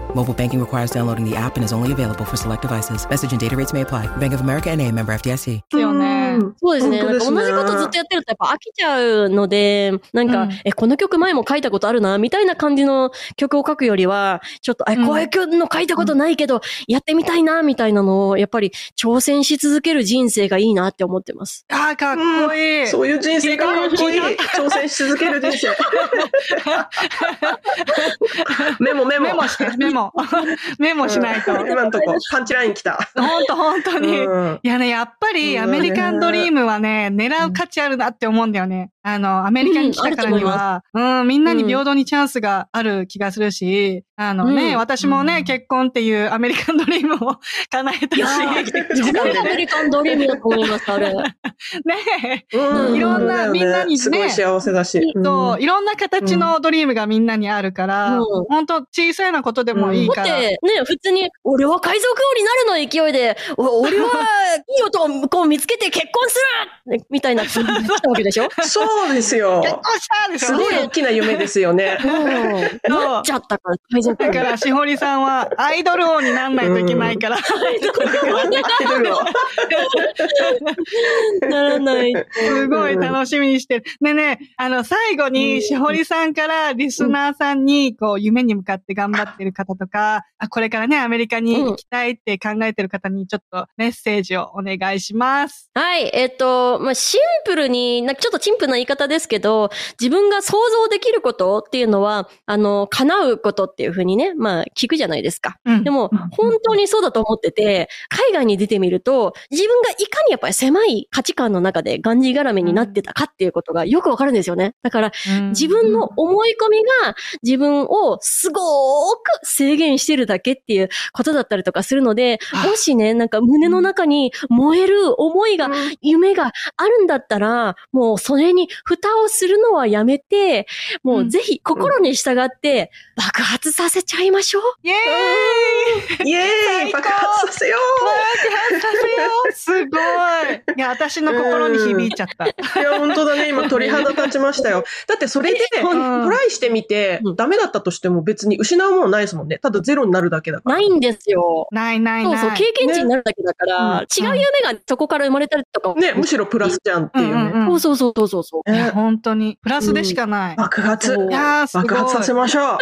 [SPEAKER 6] Mobile banking requires downloading the app and is only available for select devices. Message and data rates may apply. Bank of America and a member FDIC.
[SPEAKER 1] ですよね。
[SPEAKER 4] そうですね。
[SPEAKER 3] 本当
[SPEAKER 4] なん
[SPEAKER 3] です
[SPEAKER 4] か
[SPEAKER 3] ね
[SPEAKER 4] 同じことずっとやってるとやっぱ飽きちゃうので、なんか、
[SPEAKER 1] うん
[SPEAKER 4] え、この曲前も書いたことあるな、みたいな感じの曲を書くよりは、ちょっと、え、
[SPEAKER 1] うん
[SPEAKER 4] こういうの書いたことないけど、やってみたいな、みたいなのを、やっぱり挑戦し続ける人生がいいなって思っ
[SPEAKER 1] <laughs>
[SPEAKER 4] てます。
[SPEAKER 1] あー、かっこいい。
[SPEAKER 3] そういう人生がかっこいい。挑
[SPEAKER 1] <laughs>
[SPEAKER 3] 戦し続ける人生。メモメモ。
[SPEAKER 1] メモして、メモ。モ。 <laughs> メモしないと。
[SPEAKER 3] 今のとこ、パンチライン来た。
[SPEAKER 1] 本当本当に。
[SPEAKER 3] うん
[SPEAKER 1] いやね、やっぱり
[SPEAKER 3] うん
[SPEAKER 1] アメリカンドリームはね、狙う価値あるなって思うんだよね。あの、アメリカに来たからには、うん、みんなに平等にチャンスがある気がするし、あのね、
[SPEAKER 4] うん
[SPEAKER 1] 私もね、結婚っていうアメリカンドリームを <laughs> 叶えたし、
[SPEAKER 4] すごいアメリカンドリームだと思います、あれ。
[SPEAKER 1] ね、
[SPEAKER 3] うん
[SPEAKER 4] いろん
[SPEAKER 1] な
[SPEAKER 3] そうだよね
[SPEAKER 1] みんなにね
[SPEAKER 3] すごい幸せだし。
[SPEAKER 1] そう、いろんな形のドリームがみんなにあるから、
[SPEAKER 4] うん
[SPEAKER 1] 本当小さいなことでもいい
[SPEAKER 4] だ
[SPEAKER 1] か
[SPEAKER 4] っ
[SPEAKER 1] ら。
[SPEAKER 4] て、ね、普通に、俺は海賊王になるの勢いで、お俺は、いい男をこう見つけて結婚するみたいな、来たわけでしょ
[SPEAKER 3] そうですよ。
[SPEAKER 1] 結婚したでし
[SPEAKER 3] す
[SPEAKER 1] ょ
[SPEAKER 3] ごい大きな夢ですよね。
[SPEAKER 4] なっちゃったから、
[SPEAKER 1] <laughs>
[SPEAKER 4] 海賊王
[SPEAKER 1] だから、しほりさんはアイドル王になんないといけないから。
[SPEAKER 3] アイドルを
[SPEAKER 4] にならない。
[SPEAKER 1] すごい楽しみにしてる。でね、あの、最後に、しほりさんからリスナーさんに、こう、夢に向かって頑張ってる方とか、あ、これからね、アメリカに行きたいって考えてる方に、ちょっとメッセージをお願いします。
[SPEAKER 4] はい、えっ、と、まあ、シンプルに、なんかちょっと陳腐な言い方ですけど、自分が想像できることっていうのは、あの、叶うことっていうふうにね、まあ、聞くじゃないですか。
[SPEAKER 1] うん
[SPEAKER 4] でも、本当にそうだと思ってて、海外に出てみると、自分がいかにやっぱり狭い価値観の中でがんじがらめになってたかっていうことがよくわかるんですよね。だから、自分の思い込みが自分をすごーく制限してるだけっていうことだったりとかするので、もしね、なんか胸の中に燃える思いが、夢があるんだったら、もうそれに蓋をするのはやめて、もうぜひ心に従って爆発させちゃいましょう。
[SPEAKER 1] イエーイ
[SPEAKER 3] <laughs> イエー
[SPEAKER 1] 最
[SPEAKER 3] イ
[SPEAKER 1] 高
[SPEAKER 3] 爆発させよ
[SPEAKER 1] <laughs> すごいいや、私の心に響いちゃった。
[SPEAKER 3] ういや、本当だね。今、鳥肌立ちましたよ。だって、それで、
[SPEAKER 1] うん
[SPEAKER 3] トライしてみて
[SPEAKER 4] うん、
[SPEAKER 3] ダメだったとしても別に失うものないですもんね。ただゼロになるだけだから。
[SPEAKER 4] ないんですよ。
[SPEAKER 1] ないない
[SPEAKER 4] そう
[SPEAKER 1] ない。
[SPEAKER 4] そう、経験値になるだけだから、
[SPEAKER 1] ね
[SPEAKER 4] 違う夢がそこから生まれたりとかも。
[SPEAKER 3] ね、むしろプラスじゃんっていう
[SPEAKER 1] うんうん
[SPEAKER 3] ね。
[SPEAKER 1] うん
[SPEAKER 4] そうそうそうそうそうそう。
[SPEAKER 1] いや
[SPEAKER 3] ね
[SPEAKER 1] 本当に。プラスでしかない。
[SPEAKER 3] 爆発。
[SPEAKER 1] いやー、すごい。
[SPEAKER 3] 爆発させましょ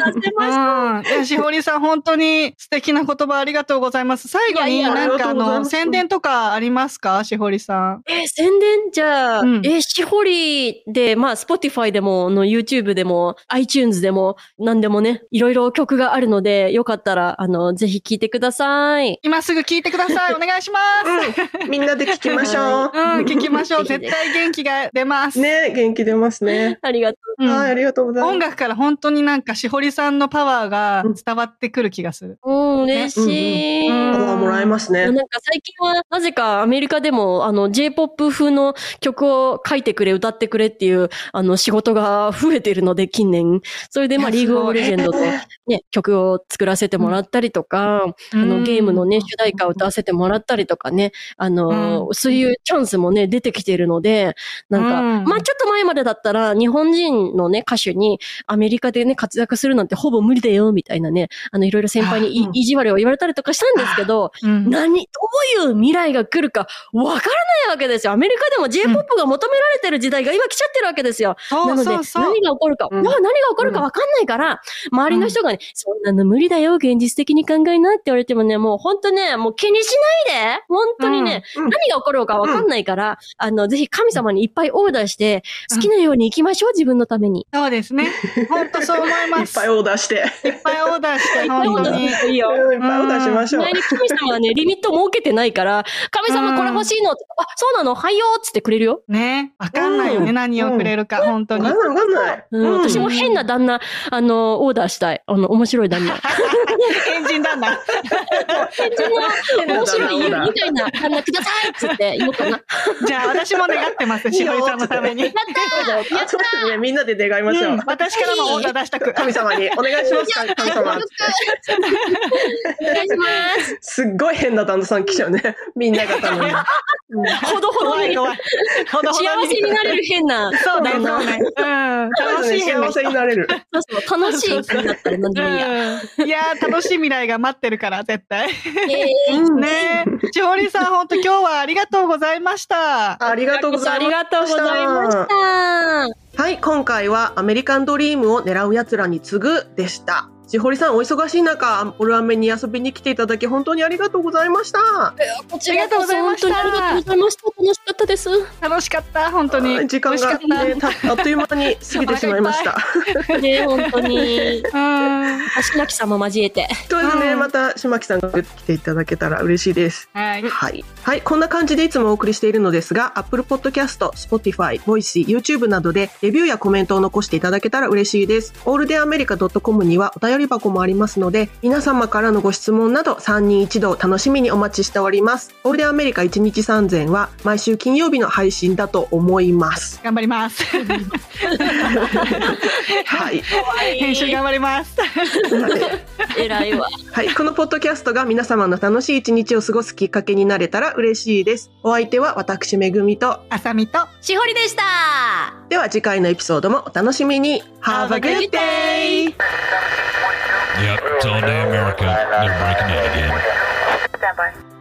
[SPEAKER 1] <laughs>
[SPEAKER 4] <laughs> させまし
[SPEAKER 1] うん。いや、しほりさん、本当に素敵な言葉ありがとうございます。最後
[SPEAKER 4] い
[SPEAKER 1] に
[SPEAKER 4] やいや
[SPEAKER 1] なんかあ
[SPEAKER 3] ありがとうござい
[SPEAKER 1] の、
[SPEAKER 3] ます
[SPEAKER 1] 宣伝とかありますかしほりさん。
[SPEAKER 4] えー宣伝じゃあ、
[SPEAKER 1] うん
[SPEAKER 4] えーしほりで、まあ、Spotify でも、あの YouTube でも、iTunes でも、何でもね、いろいろ曲があるので、よかったら、あの、ぜひ聴いてください。
[SPEAKER 1] 今すぐ聞いてくだ
[SPEAKER 3] <laughs>
[SPEAKER 1] さい。お願いします。
[SPEAKER 3] うんみんなで聞きましょ
[SPEAKER 1] うん、聞きましょ
[SPEAKER 3] <laughs>
[SPEAKER 1] う。
[SPEAKER 4] ぜひ
[SPEAKER 1] 絶対元気が出ます。
[SPEAKER 3] う。ね、元気出ますね。
[SPEAKER 4] ありがとう。
[SPEAKER 1] うん
[SPEAKER 3] はい、ありがとうございます。
[SPEAKER 1] 音楽から本当になんかしほりさんのパワーが伝わってくる気がする。
[SPEAKER 4] うん、嬉しい。
[SPEAKER 1] うんうん
[SPEAKER 3] パワーもらえますね。
[SPEAKER 4] なんか最近は、なぜかアメリカでも、あの、J-POP 風の曲を書いてくれ、歌ってくれっていう、あの、仕事が増えてるので、近年。それで、まあ、
[SPEAKER 1] いや
[SPEAKER 4] リーグオブレジェンドと
[SPEAKER 1] すごい
[SPEAKER 4] ね、曲を作らせてもらったりとか、あ
[SPEAKER 1] う
[SPEAKER 4] の、
[SPEAKER 1] ん
[SPEAKER 4] ゲームのね、主題歌を歌わせてもらったりとかね、あの、そういうチャンスもね、出てきてるので、なんか、
[SPEAKER 1] うん
[SPEAKER 4] まあ、ちょっと前までだったら、日本人のね、歌手に、アメリカでね、活躍するなんてほぼ無理だよ、みたいなね、あの、いろいろ先輩にい
[SPEAKER 1] あうん
[SPEAKER 4] 意地悪を言われたりとかしたんですけど、
[SPEAKER 1] うん
[SPEAKER 4] 何、どういう未来が来るかわからないわけですよ。アメリカでも J-POP が求められてる時代が今来ちゃってるわけですよ。
[SPEAKER 1] そ
[SPEAKER 4] な
[SPEAKER 1] う
[SPEAKER 4] ので、
[SPEAKER 1] そうそう
[SPEAKER 4] 何。が起こるか、
[SPEAKER 3] うん
[SPEAKER 4] な何が起こるかわかんないから、周りの人がね、そんなの無理だよ、現実的に考えなって言われてもね、もう本当ね、もう気にしないで本当にね、
[SPEAKER 3] うんうん
[SPEAKER 4] 何が起こるかわかんないから、あの、ぜひ神様にいっぱいオーダーして、好きなように生きましょう、自分のために。
[SPEAKER 1] そうですね。本当そう思い
[SPEAKER 3] い
[SPEAKER 1] ま
[SPEAKER 3] っ
[SPEAKER 1] す。
[SPEAKER 3] ぱい
[SPEAKER 1] いっ
[SPEAKER 3] オーダーして。
[SPEAKER 1] ぱいオーダーして、本当に。
[SPEAKER 4] いいよ。
[SPEAKER 3] うんいっぱいオーダーしましょう
[SPEAKER 4] 前。に神様はね、リミット設けてないから、神様これ欲しいのって、あ、そうなのはいよーっつってくれるよ。
[SPEAKER 1] ね。わかんないよね。
[SPEAKER 3] うん
[SPEAKER 1] 何をくれるか、本当
[SPEAKER 3] わ
[SPEAKER 1] に
[SPEAKER 3] かん。ないわかんない。
[SPEAKER 4] うん、
[SPEAKER 3] うん
[SPEAKER 4] 私も変な旦那、あの、オーダーしたい。あの、面白い旦那。
[SPEAKER 1] 変人だな。
[SPEAKER 4] その面白い
[SPEAKER 3] 変な旦那
[SPEAKER 4] みたいな旦那くださいっつって言おうかな。やっ
[SPEAKER 1] じゃあ、私も願ってます。しほりさんのために。
[SPEAKER 4] たー
[SPEAKER 3] あそうですね、みんなで願いましょ
[SPEAKER 1] う。
[SPEAKER 3] うん
[SPEAKER 1] 私からもオーダー出したく。
[SPEAKER 3] 神様にお願いします、神様。
[SPEAKER 4] お願いします。
[SPEAKER 3] すっごい変な旦那さん来ちゃうね。みんなが頼む。
[SPEAKER 4] ほどほど
[SPEAKER 1] 怖い
[SPEAKER 4] に。
[SPEAKER 1] 怖い。ほどほど
[SPEAKER 4] 幸せになれる変な。
[SPEAKER 1] そうね、
[SPEAKER 4] 旦那
[SPEAKER 1] そうね。うん。楽しい変な
[SPEAKER 3] 幸
[SPEAKER 1] 人
[SPEAKER 3] せになれる。
[SPEAKER 4] そうそう楽しい気になったら何でもいいや。
[SPEAKER 1] うんいやー、楽しい未来が待ってるから、絶対。
[SPEAKER 4] えー
[SPEAKER 1] ねえ。しほりさん、本当今日はありがとうございました。
[SPEAKER 3] ありがとうございま
[SPEAKER 4] ありがとうございまし。
[SPEAKER 3] したはい、今回はアメリカンドリームを狙う奴らに次ぐでした。しほりさん、お忙しい中、オルアメに遊びに来ていただき、本当にありがとうございました。
[SPEAKER 4] こち
[SPEAKER 1] ありがとうございました
[SPEAKER 4] 本当にありがとうございました。楽しかったです。
[SPEAKER 1] 楽しかった本当に
[SPEAKER 3] 時間が、
[SPEAKER 1] 美味
[SPEAKER 3] ね、
[SPEAKER 1] しか
[SPEAKER 3] たあっという間に過ぎてしまい
[SPEAKER 1] <laughs>
[SPEAKER 3] ました。
[SPEAKER 4] ね、本当に。
[SPEAKER 1] ったうん
[SPEAKER 4] 足なき様交えて。
[SPEAKER 3] というね、
[SPEAKER 1] うん
[SPEAKER 3] また島木さんが来ていただけたら嬉しいです。
[SPEAKER 1] はい
[SPEAKER 3] はい。はい。こんな感じでいつもお送りしているのですが、Apple Podcast、Spotify、Voice、YouTube などでレビューやコメントを残していただけたら嬉しいです。alldayamerica.com にはお便り箱もありますので、皆様からのご質問など3人一度楽しみにお待ちしております。オールデイアメリカ1日3000は毎週金曜日の配信だと思
[SPEAKER 1] <laughs>
[SPEAKER 3] います。
[SPEAKER 1] 頑張ります
[SPEAKER 3] はい。
[SPEAKER 1] <laughs> 編集頑張ります
[SPEAKER 4] 偉いわ。
[SPEAKER 3] はい、このポッドキャストが皆様の楽しい一日を過ごすきっかけになれたら嬉しいです。お相手は私めぐみと、
[SPEAKER 1] あさみと
[SPEAKER 4] しほりでした。
[SPEAKER 3] では次回のエピソードもお楽しみに。Have a good day!
[SPEAKER 5] Yep, it's all day America. They're breaking out again.